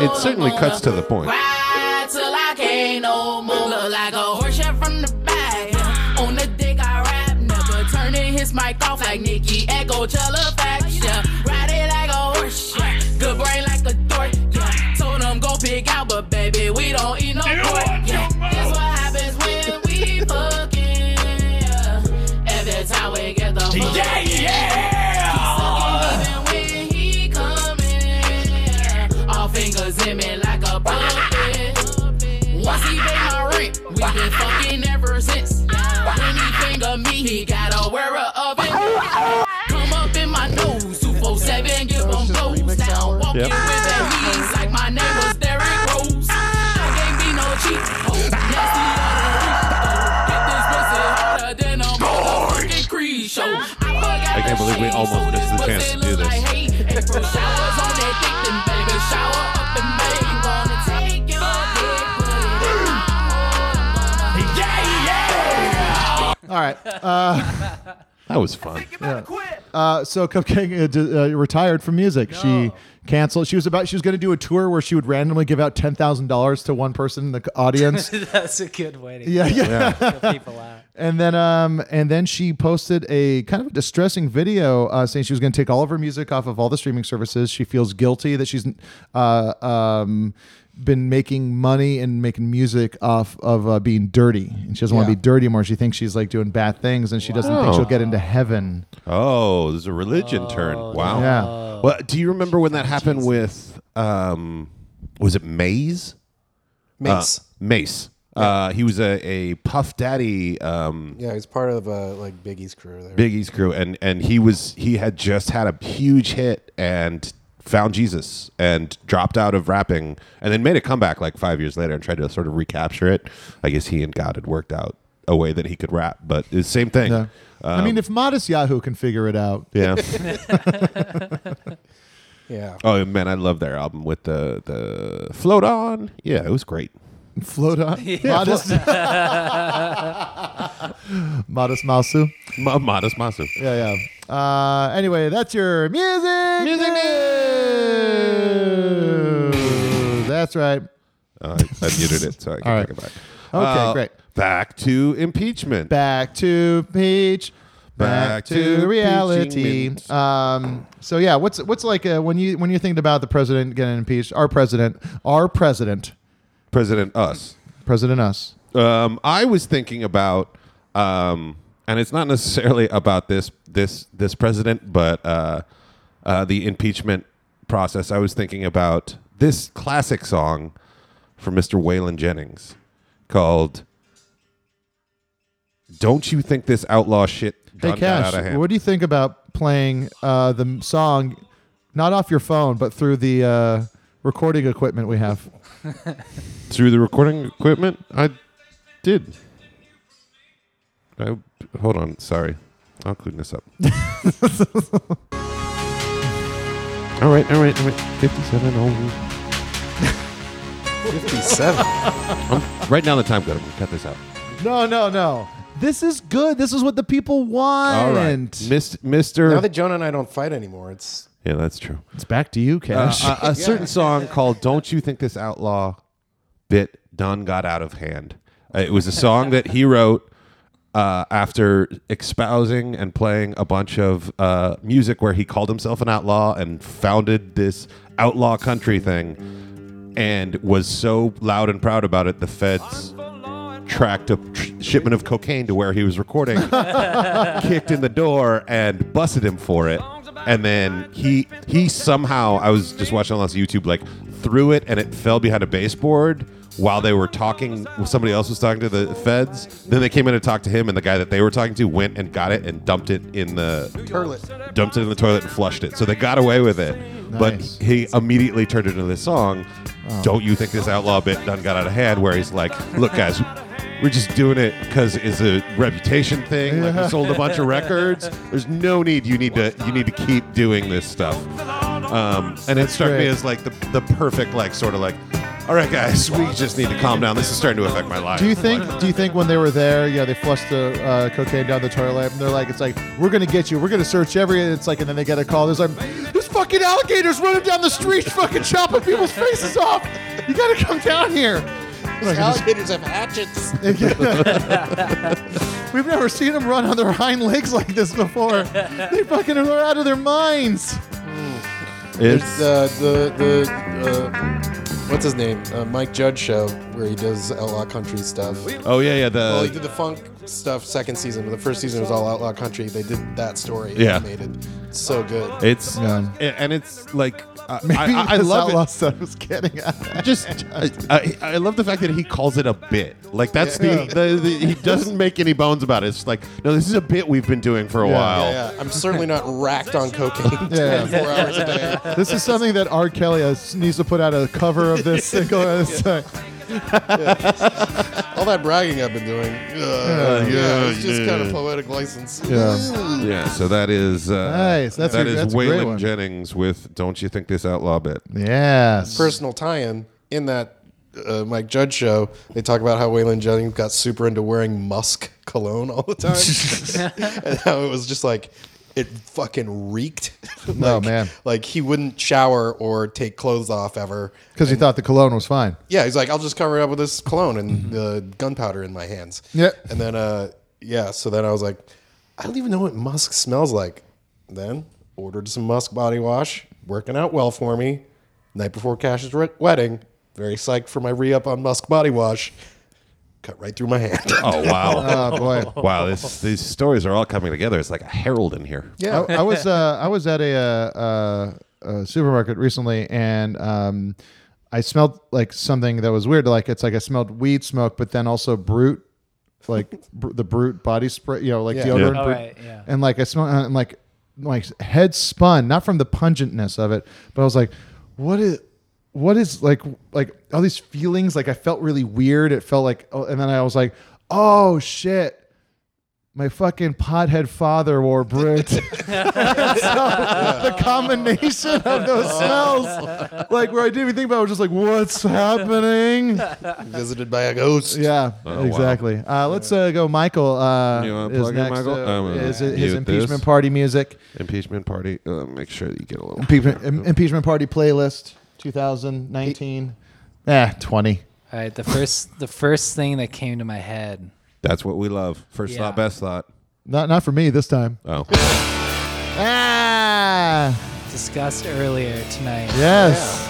Speaker 7: It certainly cuts to the point.
Speaker 4: till I can't no more. Look like a horse shot from the back. On the dick I rap, nigga. Turning his mic off like Nikki Echo Chalafax, yeah. Ride it like a horse, yeah. Good brain like a dork, yeah. Told him go pick out, but baby, we don't eat no pork, yeah. This what happens when we fucking, yeah. Every time we get the fuck.
Speaker 5: Yeah,
Speaker 4: yeah. Even when he coming, all fingers in me like a puppet. Once he paid my rent, we been fucking ever since. Anything of me, he gotta wear a oven. Come up in my nose, 247, give him blows. Now I'm walking
Speaker 5: Yep.
Speaker 4: with that knees like my name was Derrick Rose. I can't be no cheat. Oh, nasty little Get this pussy harder than a motherfucking Creed show. I forgot
Speaker 7: I can't believe we almost missed the chance to do this.
Speaker 4: Hey, April showers on that dick, then baby shower up and bang. Gonna take your dick, put it in my hole. Yeah,
Speaker 6: All right. Uh,
Speaker 7: That was fun.
Speaker 6: Yeah. Uh, so Cupcake uh, d- uh, retired from music. She canceled. She was about. She was going to do a tour where she would randomly give out ten thousand dollars to one person in the c- audience.
Speaker 8: That's a good way to
Speaker 6: yeah, yeah.
Speaker 8: Feel people out.
Speaker 6: And then, um, and then she posted a kind of distressing video uh, saying she was going to take all of her music off of all the streaming services. She feels guilty that she's uh, um, been making money and making music off of uh, being dirty, and she doesn't want
Speaker 12: Yeah.
Speaker 6: to be dirty anymore. She thinks she's like doing bad things, and she doesn't
Speaker 7: Wow.
Speaker 6: think she'll get into heaven.
Speaker 7: Oh, there's a religion turn. Wow.
Speaker 6: Yeah.
Speaker 7: Well, do you remember when that happened with um was it Maze?
Speaker 12: Mace.
Speaker 7: Uh, Mace. Uh, he was a, a Puff Daddy um,
Speaker 12: Yeah, he's part of uh, like Biggie's crew there.
Speaker 7: Biggie's crew, and and he was he had just had a huge hit and found Jesus and dropped out of rapping, and then made a comeback like five years later and tried to sort of recapture it. I guess he and God had worked out a way that he could rap, but it's the same thing.
Speaker 6: Yeah. I mean,
Speaker 7: Um,
Speaker 6: if Modest Yahoo can figure it out.
Speaker 7: Yeah.
Speaker 9: Yeah.
Speaker 7: Oh man, I love their album with the the float on. Yeah, it was great.
Speaker 6: Float on. modest. modest Masu.
Speaker 7: modest Masu.
Speaker 6: Yeah, yeah. Uh, anyway, that's your music. Music news. That's right.
Speaker 7: Uh, I, I muted it, so I can
Speaker 6: All
Speaker 7: take it back.
Speaker 6: Okay,
Speaker 7: Uh,
Speaker 6: great.
Speaker 7: Back to impeachment.
Speaker 6: Back to Peach.
Speaker 7: Back to
Speaker 6: reality.
Speaker 7: peaching
Speaker 6: Um, so yeah, what's what's like uh, when you when you're thinking about the president getting impeached? Our president, our president,
Speaker 7: President Us.
Speaker 6: President Us.
Speaker 7: Um, I was thinking about, um, and it's not necessarily about this this this president, but uh, uh, the impeachment process. I was thinking about this classic song from Mr. Waylon Jennings called "Don't You Think This Outlaw Shit Done
Speaker 6: hey
Speaker 7: Got
Speaker 6: Cash,
Speaker 7: Out of Hand."
Speaker 6: what do you think about playing uh, the m- song, not off your phone, but through the uh, recording equipment we have?
Speaker 7: Through the recording equipment, I did. I hold on, sorry, I'll clean this up. all right, all right, all right. Fifty-seven over.
Speaker 9: 57.
Speaker 7: I'm, right now, the time code. Cut this out.
Speaker 6: No, no, no. This is good. This is what the people want.
Speaker 7: All right, Mis- Mister.
Speaker 9: Now that Jonah and I don't fight anymore, it's
Speaker 7: yeah, that's true.
Speaker 6: It's back to you,
Speaker 7: Uh,
Speaker 6: Cash.
Speaker 7: a, a certain song called "Don't You Think This Outlaw Bit Done Got Out of Hand." Uh, it was a song that he wrote uh, after espousing and playing a bunch of uh, music where he called himself an outlaw and founded this outlaw country thing, and was so loud and proud about it, the feds tracked a tr- shipment of cocaine to where he was recording kicked in the door and busted him for it. And then he he somehow I was just watching on YouTube like threw it and it fell behind a baseboard while they were talking. Somebody else was talking to the feds. Then they came in to talk to him, and the guy that they were talking to went and got it and dumped it in the
Speaker 9: Turlet.
Speaker 7: dumped it in the toilet and flushed it. So they got away with it. But he immediately turned it into this song. Don't you think this outlaw bit done got out of hand? Where he's like, "Look, guys, we're just doing it because it's a reputation thing. Like we sold a bunch of records. There's no need. You need to you need to keep doing this stuff. Um, and it struck me
Speaker 15: great.
Speaker 7: as like the the perfect like sort of like, all right, guys, we just need to calm down. This is starting to affect my life.
Speaker 6: Do you think? Do you think when they were there, you know, they flushed the uh, cocaine down the toilet, and they're like, "It's like we're gonna get you. We're gonna search every." It's like, and then they get a call. There's like, "There's fucking alligators running down the street, fucking chopping people's faces off. You gotta come down here." Like,
Speaker 9: alligators have hatchets.
Speaker 6: We've never seen them run on their hind legs like this before. They fucking are out of their minds.
Speaker 9: There's uh, the the uh, what's his name uh, Mike Judge show where he does outlaw country stuff.
Speaker 7: Oh yeah, yeah. The
Speaker 9: well, he did the funk stuff second season, but the first season was all outlaw country. They did that story. and
Speaker 7: Yeah.
Speaker 9: made it so good.
Speaker 7: It's a- and it's like uh,
Speaker 9: Maybe
Speaker 7: I, I- I
Speaker 9: this
Speaker 7: love
Speaker 9: outlaw
Speaker 7: it.
Speaker 6: stuff was getting
Speaker 7: just I, I, I love the fact that he calls it a bit. Like that's
Speaker 9: Yeah.
Speaker 7: the, the, the he doesn't make any bones about it. It's like no, this is a bit we've been doing for a while.
Speaker 9: Yeah, yeah. I'm certainly not racked on cocaine 24 hours a day.
Speaker 6: This is something that R. Kelly has, needs to put out a cover of this single. It's like,
Speaker 9: All that bragging I've been doing.
Speaker 7: Yeah.
Speaker 9: Uh, yeah, it's just
Speaker 7: Yeah.
Speaker 9: kind of poetic license.
Speaker 7: Yeah. Yeah, so that is uh,
Speaker 9: Nice. That's
Speaker 7: that
Speaker 9: a-
Speaker 7: is
Speaker 9: that's a great
Speaker 7: Waylon
Speaker 9: one.
Speaker 7: Jennings with "Don't You Think This Outlaw Bit."
Speaker 6: Yes.
Speaker 9: Personal tie-in in that uh, Mike Judge show. They talk about how Waylon Jennings got super into wearing musk cologne all the time, and how it was just like it fucking reeked. like,
Speaker 6: Oh, man.
Speaker 9: Like he wouldn't shower or take clothes off ever.
Speaker 6: Because he thought the cologne was fine.
Speaker 9: Yeah, he's like, I'll just cover it up with this cologne and uh, gunpowder in my hands.
Speaker 6: Mm-hmm. Yeah.
Speaker 9: And then, uh, yeah, so then I was like, I don't even know what musk smells like. Then ordered some musk body wash, working out well for me. Night before Cash's re- wedding, very psyched for my re up on musk body wash. Cut right through my hand.
Speaker 7: Oh wow!
Speaker 6: Oh, boy.
Speaker 7: Wow, this, these stories are all coming together. It's like a herald in here.
Speaker 6: Yeah, I, I was uh, I was at a, uh, uh, uh supermarket recently, and um, I smelled like something that was weird. Like it's like I smelled weed smoke, but then also brute, like br- the brute body spray, you know, like
Speaker 9: Yeah.
Speaker 6: deodorant.
Speaker 9: Yeah.
Speaker 8: Oh,
Speaker 6: Brute.
Speaker 9: Alright, yeah.
Speaker 6: And like I smelled, and like my head spun, not from the pungentness of it, but I was like, what is what is like like all these feelings? Like I felt really weird. It felt like, oh, and then I was like, oh shit My fucking pothead father wore Brit. so the combination of those smells, like where I didn't even think about, it, I was just like, "What's happening?"
Speaker 9: Visited by a ghost.
Speaker 6: Yeah,
Speaker 9: Oh, wow.
Speaker 6: exactly. Uh, let's uh, go. Michael uh,
Speaker 7: You want to
Speaker 6: is
Speaker 7: plug in,
Speaker 6: next.
Speaker 7: Michael?
Speaker 6: uh,
Speaker 7: I'm gonna
Speaker 6: is it his
Speaker 7: mute
Speaker 6: impeachment
Speaker 7: this.
Speaker 6: party music?
Speaker 7: Impeachment party. Uh, make sure that you get a little.
Speaker 6: Impeachment, im- impeachment party playlist 2019. Eh, 20.
Speaker 8: All right, the first the first thing that came to my head.
Speaker 7: That's what we love. First
Speaker 8: Yeah.
Speaker 7: thought, best thought.
Speaker 6: Not not for me this time.
Speaker 7: Oh.
Speaker 6: ah!
Speaker 8: Discussed earlier tonight.
Speaker 6: Yes.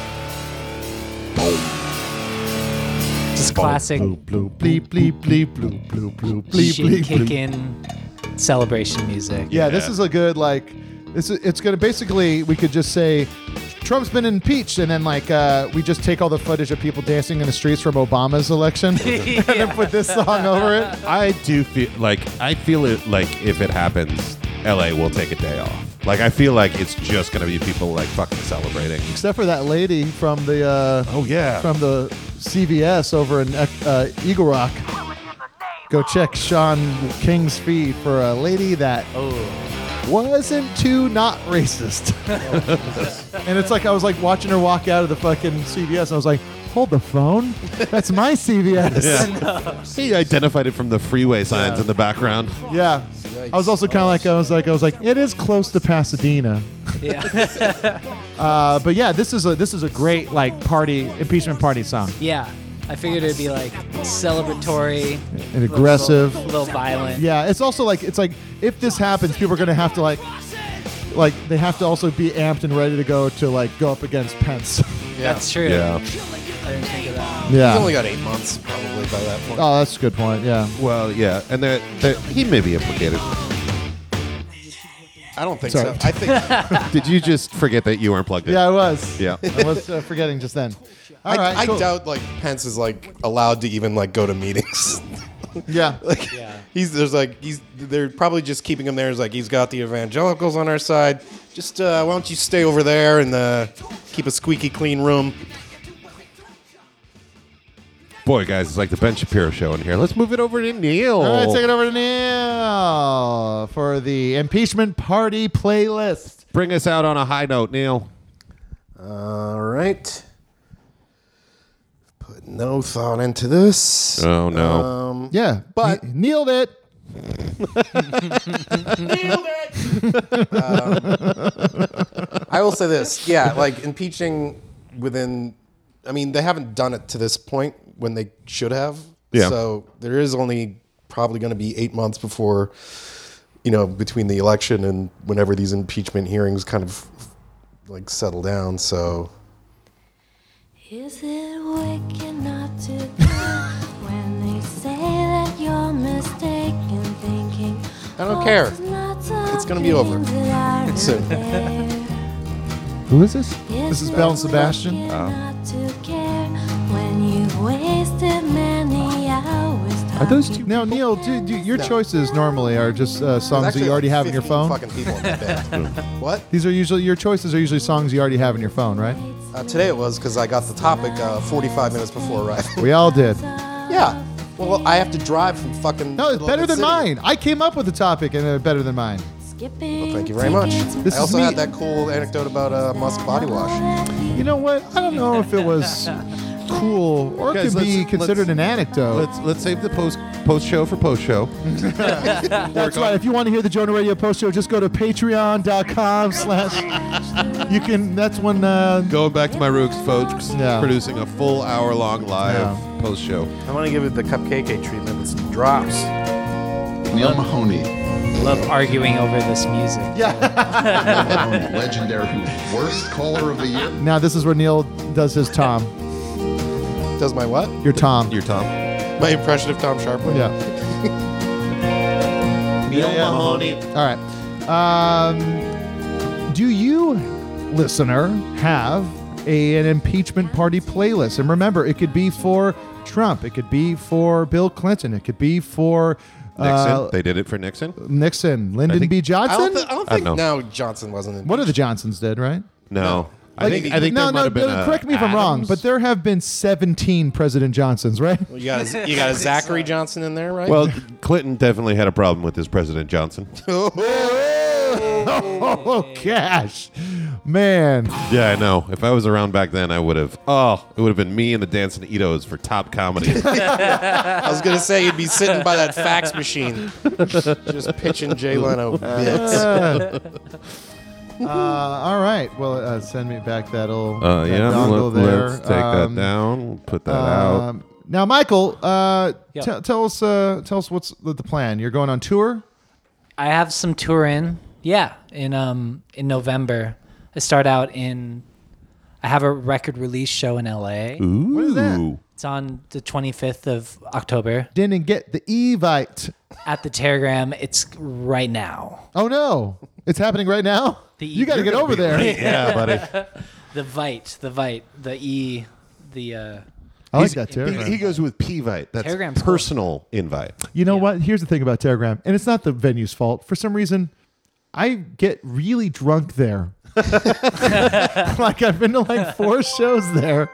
Speaker 8: Just classic.
Speaker 6: Bleep bleep bleep bloop bloop bloop bleep
Speaker 8: Shit
Speaker 6: bleep bloop.
Speaker 8: kicking celebration music.
Speaker 6: Yeah, this is a good like. This is, it's gonna basically we could just say Trump's been impeached, and then like uh, we just take all the footage of people dancing in the streets from Obama's election, and then put this song over it.
Speaker 7: I do feel like I feel it like if it happens, LA will take a day off. Like I feel like it's just gonna be people like fucking celebrating.
Speaker 6: Except for that lady from the uh,
Speaker 7: oh yeah
Speaker 6: from the CVS over in uh, Eagle Rock. Go check Sean King's feed for a lady that wasn't too not racist. and it's like I was like watching her walk out of the fucking CVS. I was like, hold the phone. That's my CVS.
Speaker 7: He identified it from the freeway signs
Speaker 6: Yeah.
Speaker 7: in the background.
Speaker 6: Yeah. I was also kind of like I was like I was like it is close to Pasadena.
Speaker 8: Yeah.
Speaker 6: Uh, but yeah, this is a this is a great like party impeachment party song.
Speaker 8: yeah. I figured it'd be like celebratory
Speaker 6: And aggressive.
Speaker 8: little, little violent.
Speaker 6: Yeah, it's also like it's like if this happens, people are gonna have to like, like they have to also be amped and ready to go to like go up against Pence.
Speaker 8: That's true.
Speaker 7: Yeah.
Speaker 8: I didn't think of that.
Speaker 6: Yeah.
Speaker 9: He's only got eight months probably by that point.
Speaker 6: Oh, that's a good point. Yeah.
Speaker 7: Well, yeah, and that that- he may be implicated.
Speaker 9: I don't think
Speaker 6: Sorry.
Speaker 9: so. I think.
Speaker 7: Did you just forget that you weren't plugged in?
Speaker 6: Yeah, I was.
Speaker 7: Yeah.
Speaker 6: I was uh, forgetting just then. All
Speaker 9: I,
Speaker 6: right,
Speaker 9: I
Speaker 6: cool.
Speaker 9: doubt like Pence is like allowed to even like go to meetings.
Speaker 6: Yeah.
Speaker 9: like he's there's like he's they're probably just keeping him there. He's like he's got the evangelicals on our side. Just uh, why don't you stay over there and uh, keep a squeaky clean room?
Speaker 7: Boy, guys, it's like the Ben Shapiro show in here. Let's move it over to Neil.
Speaker 6: All right,
Speaker 9: oh.
Speaker 6: take it over to Neil for the impeachment party playlist.
Speaker 7: Bring us out on a high note, Neil.
Speaker 9: All right. Put no thought into this.
Speaker 7: Oh, no.
Speaker 9: Um,
Speaker 6: yeah,
Speaker 9: but
Speaker 6: nailed it.
Speaker 9: Um, I will say this. Yeah, like impeaching within. I mean, they haven't done it to this point when they should have.
Speaker 7: Yeah.
Speaker 9: So there is only probably going to be eight months before, you know, between the election and whenever these impeachment hearings kind of like settle down. So
Speaker 13: Is it wicked not to care when they say that you're mistaken thinking?
Speaker 9: I don't care.
Speaker 13: It's
Speaker 9: It's gonna be over soon.
Speaker 6: Who is this? This is Bell and Sebastian.
Speaker 13: Not to care when you wasted many hours.
Speaker 6: Are those two? Now, Neil, do, do, your choices normally are just uh, songs that you
Speaker 9: actually
Speaker 6: already have in your
Speaker 9: 15
Speaker 6: phone.
Speaker 9: fucking people in that band. what?
Speaker 6: These are usually your choices are usually songs you already have in your phone, right?
Speaker 9: Uh, today it was because I got the topic uh, 45 minutes before arrival.
Speaker 6: We all did.
Speaker 9: yeah. Well, I have to drive from fucking.
Speaker 6: No, it's
Speaker 9: Lubbock
Speaker 6: better than
Speaker 9: City.
Speaker 6: mine. I came up with the topic and they're better than mine.
Speaker 9: Well, thank you very much.
Speaker 6: This is
Speaker 9: I also
Speaker 6: me-
Speaker 9: had that cool anecdote about uh, Musk body wash.
Speaker 6: You know what? I don't know if it was cool or it
Speaker 7: Guys,
Speaker 6: could be
Speaker 7: let's-
Speaker 6: considered
Speaker 7: let's-
Speaker 6: an anecdote.
Speaker 7: Let's let's save the post post show for post show.
Speaker 6: That's right. If you want to hear the Jonah Radio Post Show, just go to patreon.com slash. You can. That's when. Uh,
Speaker 7: Going back to my roots, folks.
Speaker 6: Yeah.
Speaker 7: Producing a full hour long live post show.
Speaker 9: I want to give it the cupcake treatment with some drops.
Speaker 8: Neil Mahoney. Love arguing over this music.
Speaker 6: Yeah.
Speaker 16: Legendary worst caller of the year.
Speaker 6: now this is where Neil does his Tom.
Speaker 9: Does my what?
Speaker 6: Your Tom.
Speaker 7: Your Tom.
Speaker 9: My impression of Tom Sharpling.
Speaker 6: Yeah.
Speaker 7: Neil Mahoney.
Speaker 6: All right. Um, do you, listener, have a, an impeachment party playlist? And remember, it could be for Trump, it could be for Bill Clinton, it could be for
Speaker 7: Nixon.
Speaker 6: uh,
Speaker 7: they did it for Nixon.
Speaker 6: Nixon, Lyndon B.
Speaker 9: I don't,
Speaker 6: Johnson.
Speaker 9: thi- I don't
Speaker 7: I
Speaker 9: think.
Speaker 7: don't know.
Speaker 9: no, Johnson wasn't in.
Speaker 6: One of the Johnsons did, right?
Speaker 7: No. I think I think
Speaker 6: no,
Speaker 7: there might
Speaker 6: no.
Speaker 7: have been
Speaker 6: no,
Speaker 7: a
Speaker 6: correct me if I'm wrong,
Speaker 7: Adams.
Speaker 6: but there have been 17 President Johnsons, right?
Speaker 9: Well, you got a, you got a Zachary Johnson in there, right?
Speaker 7: Well, Clinton definitely had a problem with his President Johnson. oh.
Speaker 6: oh gosh, man.
Speaker 7: Yeah, I know. If I was around back then, I would have. Oh, it would have been me and the Dancing Itos for top comedy. Uh,
Speaker 9: I was gonna say you'd be sitting by that fax machine, just pitching Jay Leno
Speaker 6: Uh,
Speaker 9: bits.
Speaker 6: all right. Well, uh, send me back that old
Speaker 7: Uh,
Speaker 6: that
Speaker 7: yeah,
Speaker 6: dongle
Speaker 7: let,
Speaker 6: there.
Speaker 7: us take
Speaker 6: Um,
Speaker 7: that down. We'll Put that out.
Speaker 6: um, Now, Michael, uh,
Speaker 8: Yeah.
Speaker 6: te- tell us uh, tell us what's the, the plan. You're going on tour.
Speaker 8: I have some touring. Yeah, in um in November, I start out in. I have a record release show in LA.
Speaker 6: Mm.
Speaker 7: Ooh. What is that?
Speaker 8: It's on the 25th of October
Speaker 6: Didn't get the Evite.
Speaker 8: at the Telegram. It's right now.
Speaker 6: Oh no, it's happening right now. you got to get over there.
Speaker 8: the Vite, the Vite, the E, the. Uh,
Speaker 7: He's- He, he goes with Pvite. That's
Speaker 8: Telegram's cool.
Speaker 7: personal invite.
Speaker 6: You know what? Here's the thing about Telegram, and it's not the venue's fault. For some reason, I get really drunk there. like I've been to like four shows there,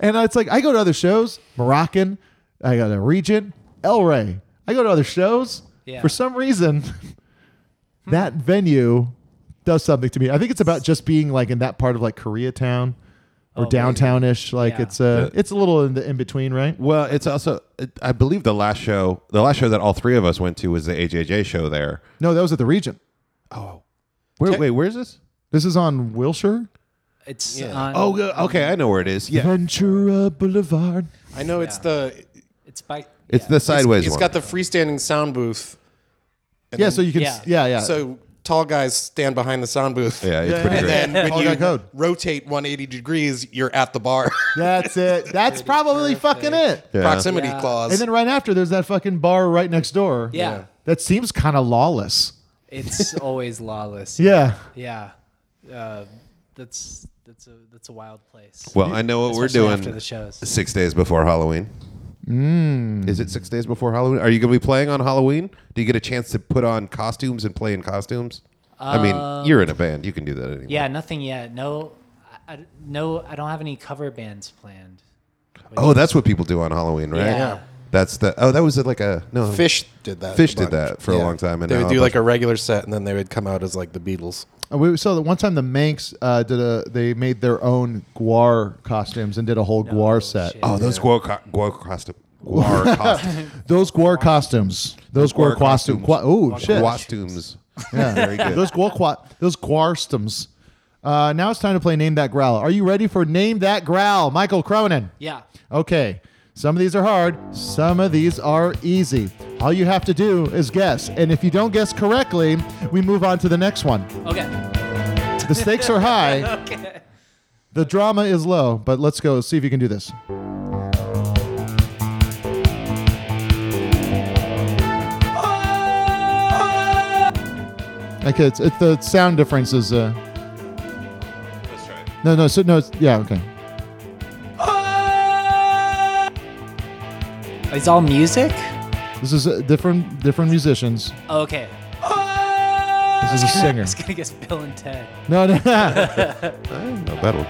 Speaker 6: and it's like I go to other shows, Moroccan, I go to Regent, El Rey. I go to other shows.
Speaker 8: Yeah.
Speaker 6: For some reason, that venue does something to me. I think it's about just being like in that part of like Koreatown or downtownish. Like it's a it's a little in the in between, right?
Speaker 7: Well, it's also it- I believe the last show, the last show that all three of us went to was the AJJ show there.
Speaker 6: No, that was at the Regent.
Speaker 7: Where, wait, where's this?
Speaker 6: This is on Wilshire.
Speaker 8: It's on.
Speaker 7: Oh, go- okay, I know where it is. Yeah,
Speaker 6: Ventura Boulevard.
Speaker 9: I know it's the
Speaker 8: it's by
Speaker 7: it's the sideways
Speaker 9: It's
Speaker 7: one.
Speaker 9: got the freestanding sound booth. and
Speaker 6: Yeah,
Speaker 9: then-
Speaker 6: so you can s- Yeah. yeah, yeah.
Speaker 9: So tall guys stand behind the sound booth.
Speaker 7: Yeah, it's Yeah, pretty yeah, great.
Speaker 9: And then
Speaker 6: Tall
Speaker 9: when
Speaker 6: guy
Speaker 9: you
Speaker 6: code.
Speaker 9: rotate 180 degrees, you're at the bar.
Speaker 6: That's it. That's probably fucking it.
Speaker 9: Yeah. Proximity clause.
Speaker 6: And then right after, there's that fucking bar right next door.
Speaker 8: Yeah. Yeah.
Speaker 6: That seems kind of lawless.
Speaker 8: It's always lawless.
Speaker 6: Yeah.
Speaker 8: Yeah. Uh, that's that's a that's a wild place.
Speaker 7: well, I know what we're
Speaker 8: Especially
Speaker 7: doing.
Speaker 8: after the shows.
Speaker 7: Six days before Halloween.
Speaker 6: Mm.
Speaker 7: Is it six days before Halloween? Are you going to be playing on Halloween? Do you get a chance to put on costumes and play in costumes? I
Speaker 8: Um,
Speaker 7: mean, you're in a band. You can do that anyway.
Speaker 8: Yeah, nothing yet. No, I, I- no, I don't have any cover bands planned.
Speaker 7: Oh, that's what people do on Halloween, right?
Speaker 8: Yeah. Yeah.
Speaker 7: That's the. Oh, that was like a no.
Speaker 9: Fish did that.
Speaker 7: Fish
Speaker 9: a
Speaker 7: did
Speaker 9: bunch.
Speaker 7: that for a
Speaker 9: Yeah.
Speaker 7: long time, and
Speaker 9: they
Speaker 7: now
Speaker 9: would do
Speaker 7: a
Speaker 9: like
Speaker 7: bunch-
Speaker 9: a regular set, and then they would come out as like the Beatles.
Speaker 6: And Uh, we saw that one time the Manx uh, did a. They made their own guar costumes and did a whole guar set.
Speaker 7: oh, those guar co- guar costume. Guar costume.
Speaker 6: Those guar costumes. Those guar,
Speaker 7: Guar
Speaker 6: costumes. Qua-
Speaker 7: costumes.
Speaker 6: oh
Speaker 7: Guar
Speaker 6: shit.
Speaker 7: costumes.
Speaker 6: Yeah.
Speaker 7: Very good.
Speaker 6: Those guar qua- those guarstums. Uh, now it's time to play Name That Growl. Are you ready for Name That Growl, Michael Cronin?
Speaker 8: Yeah.
Speaker 6: Okay. Some of these are hard. Some of these are easy. All you have to do is guess, and if you don't guess correctly, we move on to the next one.
Speaker 8: Okay.
Speaker 6: The stakes are high.
Speaker 8: okay.
Speaker 6: The drama is low, but let's go see if you can do this. Okay, it's, it, the sound difference is. Uh, no, no, so no, it's, yeah, okay.
Speaker 8: It's all music.
Speaker 6: This is uh, different, different musicians.
Speaker 8: Okay.
Speaker 6: This is a singer.
Speaker 8: It's gonna guess Bill and Ted.
Speaker 6: No, no.
Speaker 7: No, bad one.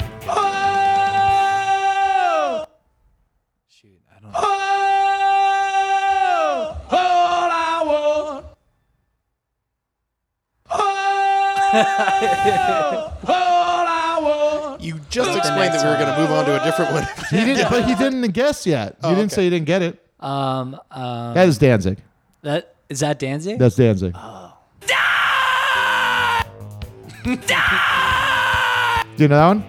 Speaker 9: You just explained that we were going to move on to a different one.
Speaker 6: He didn't, but he didn't guess yet. You didn't say you didn't get it.
Speaker 8: Um, um.
Speaker 6: That is Danzig.
Speaker 8: That is that Danzig.
Speaker 6: That's Danzig. Do you know that one?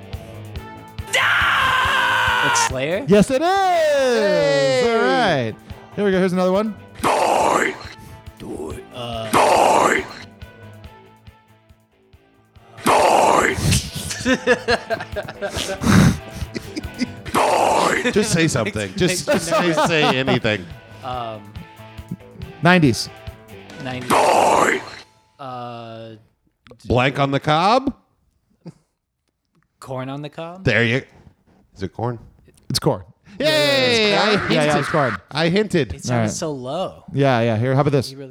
Speaker 8: That's Slayer.
Speaker 6: Yes, it is. All right. Here we go. Here's another one.
Speaker 7: Just say something. Just, just say, say anything.
Speaker 8: Um,
Speaker 6: 90s.
Speaker 8: 90. Uh,
Speaker 7: Blank on the cob.
Speaker 8: corn on the cob.
Speaker 7: There you. Is it corn?
Speaker 6: It's corn.
Speaker 7: Yay! I
Speaker 8: Yeah,
Speaker 7: hinted.
Speaker 8: yeah,
Speaker 6: it's corn.
Speaker 7: I hinted.
Speaker 8: It sounded so low.
Speaker 6: Yeah, yeah. Here, how about this?
Speaker 8: Ooh.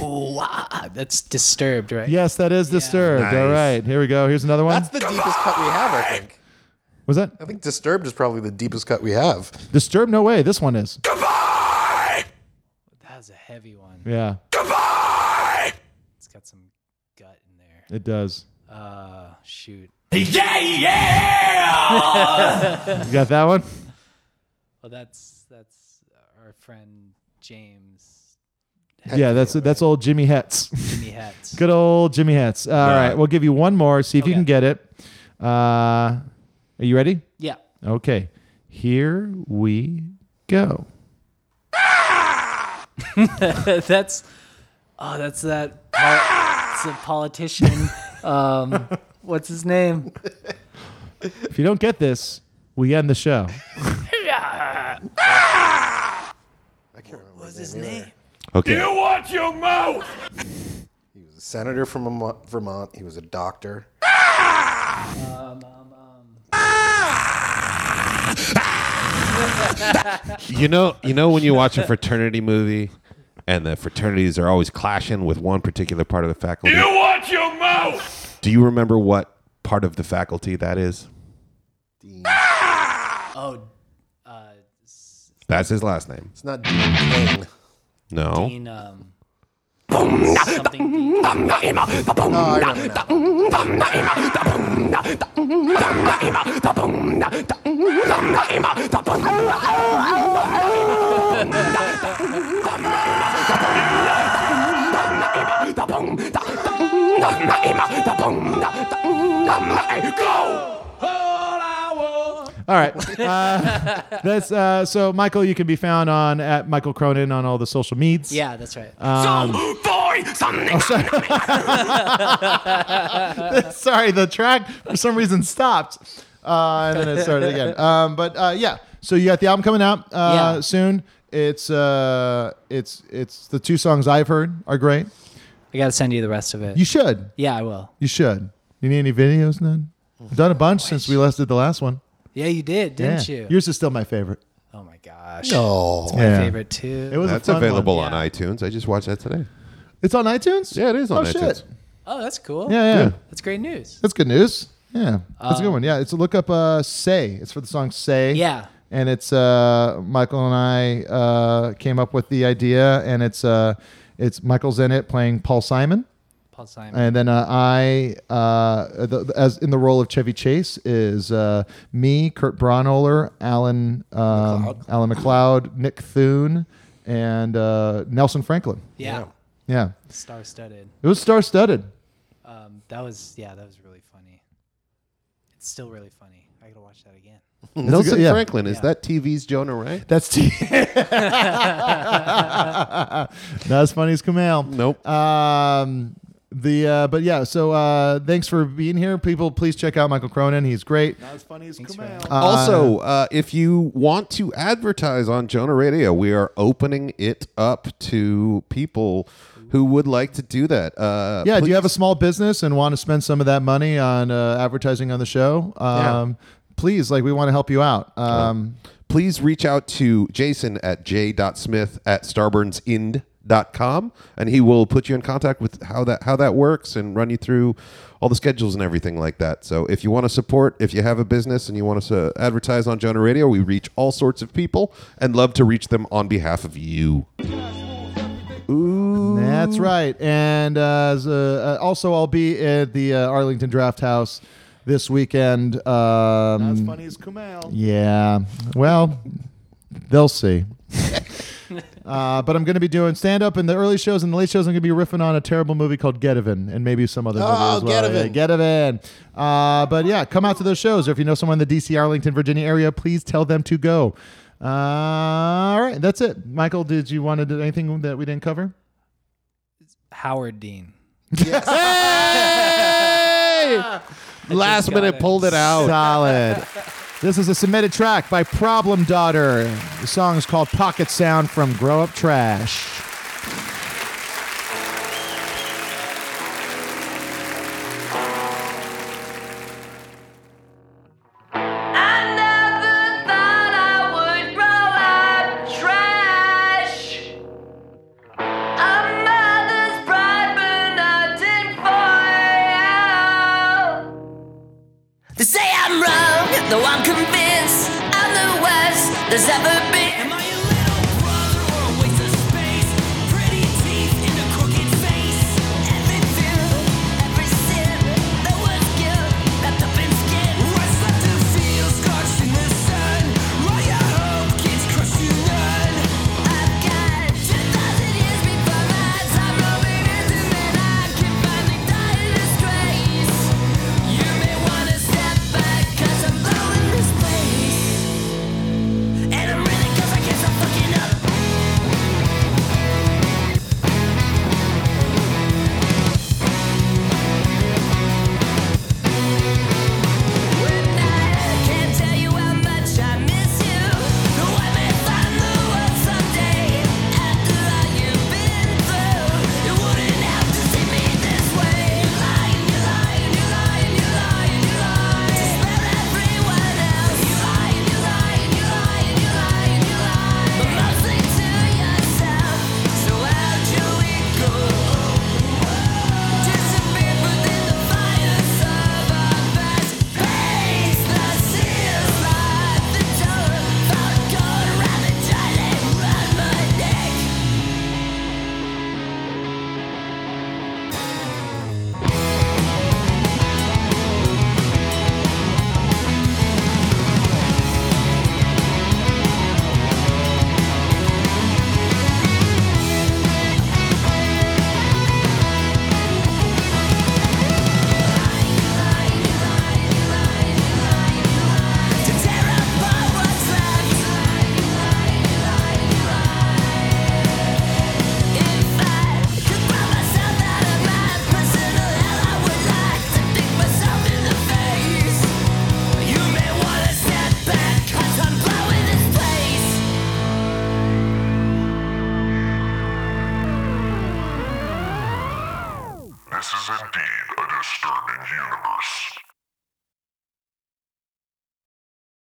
Speaker 8: blah. That's disturbed, right?
Speaker 6: Yes, that is disturbed.
Speaker 8: Nice.
Speaker 6: All right, here we go. Here's another one.
Speaker 9: That's the Oh. deepest cut we have, I think.
Speaker 6: Was that
Speaker 9: I think Disturbed is probably the deepest cut we have.
Speaker 6: disturbed? No way. This one is.
Speaker 8: That was a heavy one.
Speaker 6: Yeah,
Speaker 8: It's got some gut in there.
Speaker 6: it does.
Speaker 8: Uh, shoot.
Speaker 15: Yeah, yeah!
Speaker 6: You got that one?
Speaker 8: Well, that's that's our friend James.
Speaker 6: Yeah, that's that's old Jimmy Hetz.
Speaker 8: Jimmy Hetz.
Speaker 6: Good old Jimmy Hetz. All right, we'll give you one more. See if you can get it. Uh, are you ready?
Speaker 8: Yeah.
Speaker 6: Okay. Here we go.
Speaker 8: that's oh, that's that. Pol- it's a politician. Um, what's his name?
Speaker 6: If you don't get this, we end the show.
Speaker 8: What's his name?
Speaker 7: Okay.
Speaker 15: You watch your mouth!
Speaker 9: He was a senator from Vermo- Vermont. He was a doctor.
Speaker 7: You know, you know when you watch a fraternity movie, and the fraternities are always clashing with one particular part of the faculty.
Speaker 15: You watch your mouth!
Speaker 7: Do you remember what part of the faculty that is?
Speaker 6: Ah!
Speaker 8: Oh,
Speaker 7: That's his last name.
Speaker 9: It's not Dean King.
Speaker 7: No.
Speaker 8: Dean. Um,
Speaker 15: Go!
Speaker 6: All right. Uh, that's uh, so Michael. You can be found on at Michael Cronin on all the social meds.
Speaker 8: yeah, that's right.
Speaker 6: Um,
Speaker 15: Boy, something.
Speaker 6: sorry, the track for some reason stopped, uh, and then it started again. Um, but uh, yeah, so you got the album coming out uh,
Speaker 8: Yeah.
Speaker 6: soon. It's uh, it's it's the two songs I've heard are great.
Speaker 8: I gotta send you the rest of it.
Speaker 6: You should,
Speaker 8: Yeah, I will.
Speaker 6: you should. You need any videos? None. I've done a bunch since we last did the last one.
Speaker 8: Yeah, you did, didn't
Speaker 6: Yeah.
Speaker 8: you?
Speaker 6: Yours is still my favorite.
Speaker 8: oh my gosh.
Speaker 6: No.
Speaker 8: It's my
Speaker 6: Yeah.
Speaker 8: favorite too.
Speaker 6: It was a
Speaker 7: That's
Speaker 6: fun
Speaker 7: available
Speaker 6: one.
Speaker 7: on iTunes. I just watched that today.
Speaker 6: It's on iTunes.
Speaker 7: Yeah, it is on
Speaker 6: oh,
Speaker 7: iTunes.
Speaker 6: Shit.
Speaker 8: Oh, that's cool.
Speaker 6: Yeah, yeah. Yeah.
Speaker 8: That's great news.
Speaker 6: That's good news. Yeah, that's a good
Speaker 8: Um,
Speaker 6: one. Yeah, it's a look up. Uh, say it's for the song Say.
Speaker 8: Yeah.
Speaker 6: and it's uh, Michael and I uh, came up with the idea, and it's uh, it's Michael's in it playing Paul Simon,
Speaker 8: Paul Simon.
Speaker 6: and then uh, I uh, the, the- as in the role of Chevy Chase is uh, me, Kurt Braunohler, Alan um, Alan McLeod, Nick Thune, and uh, Nelson Franklin.
Speaker 8: yeah.
Speaker 6: Yeah,
Speaker 8: Star studded.
Speaker 6: it was star studded.
Speaker 8: Um, that was yeah, that was really funny. It's still really funny. I gotta watch that again.
Speaker 6: a
Speaker 7: Nelson
Speaker 6: good- yeah.
Speaker 7: Franklin is that TV's Jonah Ray?
Speaker 6: That's T. Not as funny as Kamal. Nope. Um, the uh, but yeah. So uh, thanks for being here, people. Please check out Michael Cronin. He's great.
Speaker 2: Not as funny as Kamal.
Speaker 7: also, uh, if you want to advertise on Jonah Radio, we are opening it up to people who would like to do that. Uh,
Speaker 6: yeah. Do you have a small business and want to spend some of that money on uh, advertising on the show? Um, Please, like we want to help you out. Um,
Speaker 7: please reach out to Jason at j.smith at starburnsend.com and he will put you in contact with how that how that works and run you through all the schedules and everything like that. So if you want to support, if you have a business and you want us to advertise on Jonah Radio, we reach all sorts of people and love to reach them on behalf of you.
Speaker 2: Mm.
Speaker 6: That's right. And uh, as, uh, uh, also, I'll be at the uh, Arlington Draft House this weekend. Um,
Speaker 2: Not as funny as Kamal.
Speaker 6: Yeah. Well, they'll see. uh, but I'm going to be doing stand up in the early shows and the late shows. I'm going to be riffing on a terrible movie called Getaven and maybe some other movie
Speaker 2: Oh,
Speaker 6: as well.
Speaker 2: Getaven.
Speaker 6: Yeah, Getaven. Uh, but yeah, come out to those shows. Or if you know someone in the D.C., Arlington, Virginia area, please tell them to go. Uh, all right, that's it. Michael, did you want to do anything that we didn't cover?
Speaker 8: Howard Dean.
Speaker 7: Last minute pulled it out.
Speaker 6: Solid. This is a submitted track by Problem Daughter. The song is called Pocket Sound from Grow Up Trash.
Speaker 15: Trash!
Speaker 17: A mother's pride.
Speaker 18: Though I'm convinced I'm the worst there's ever been.
Speaker 4: This is indeed a disturbing universe.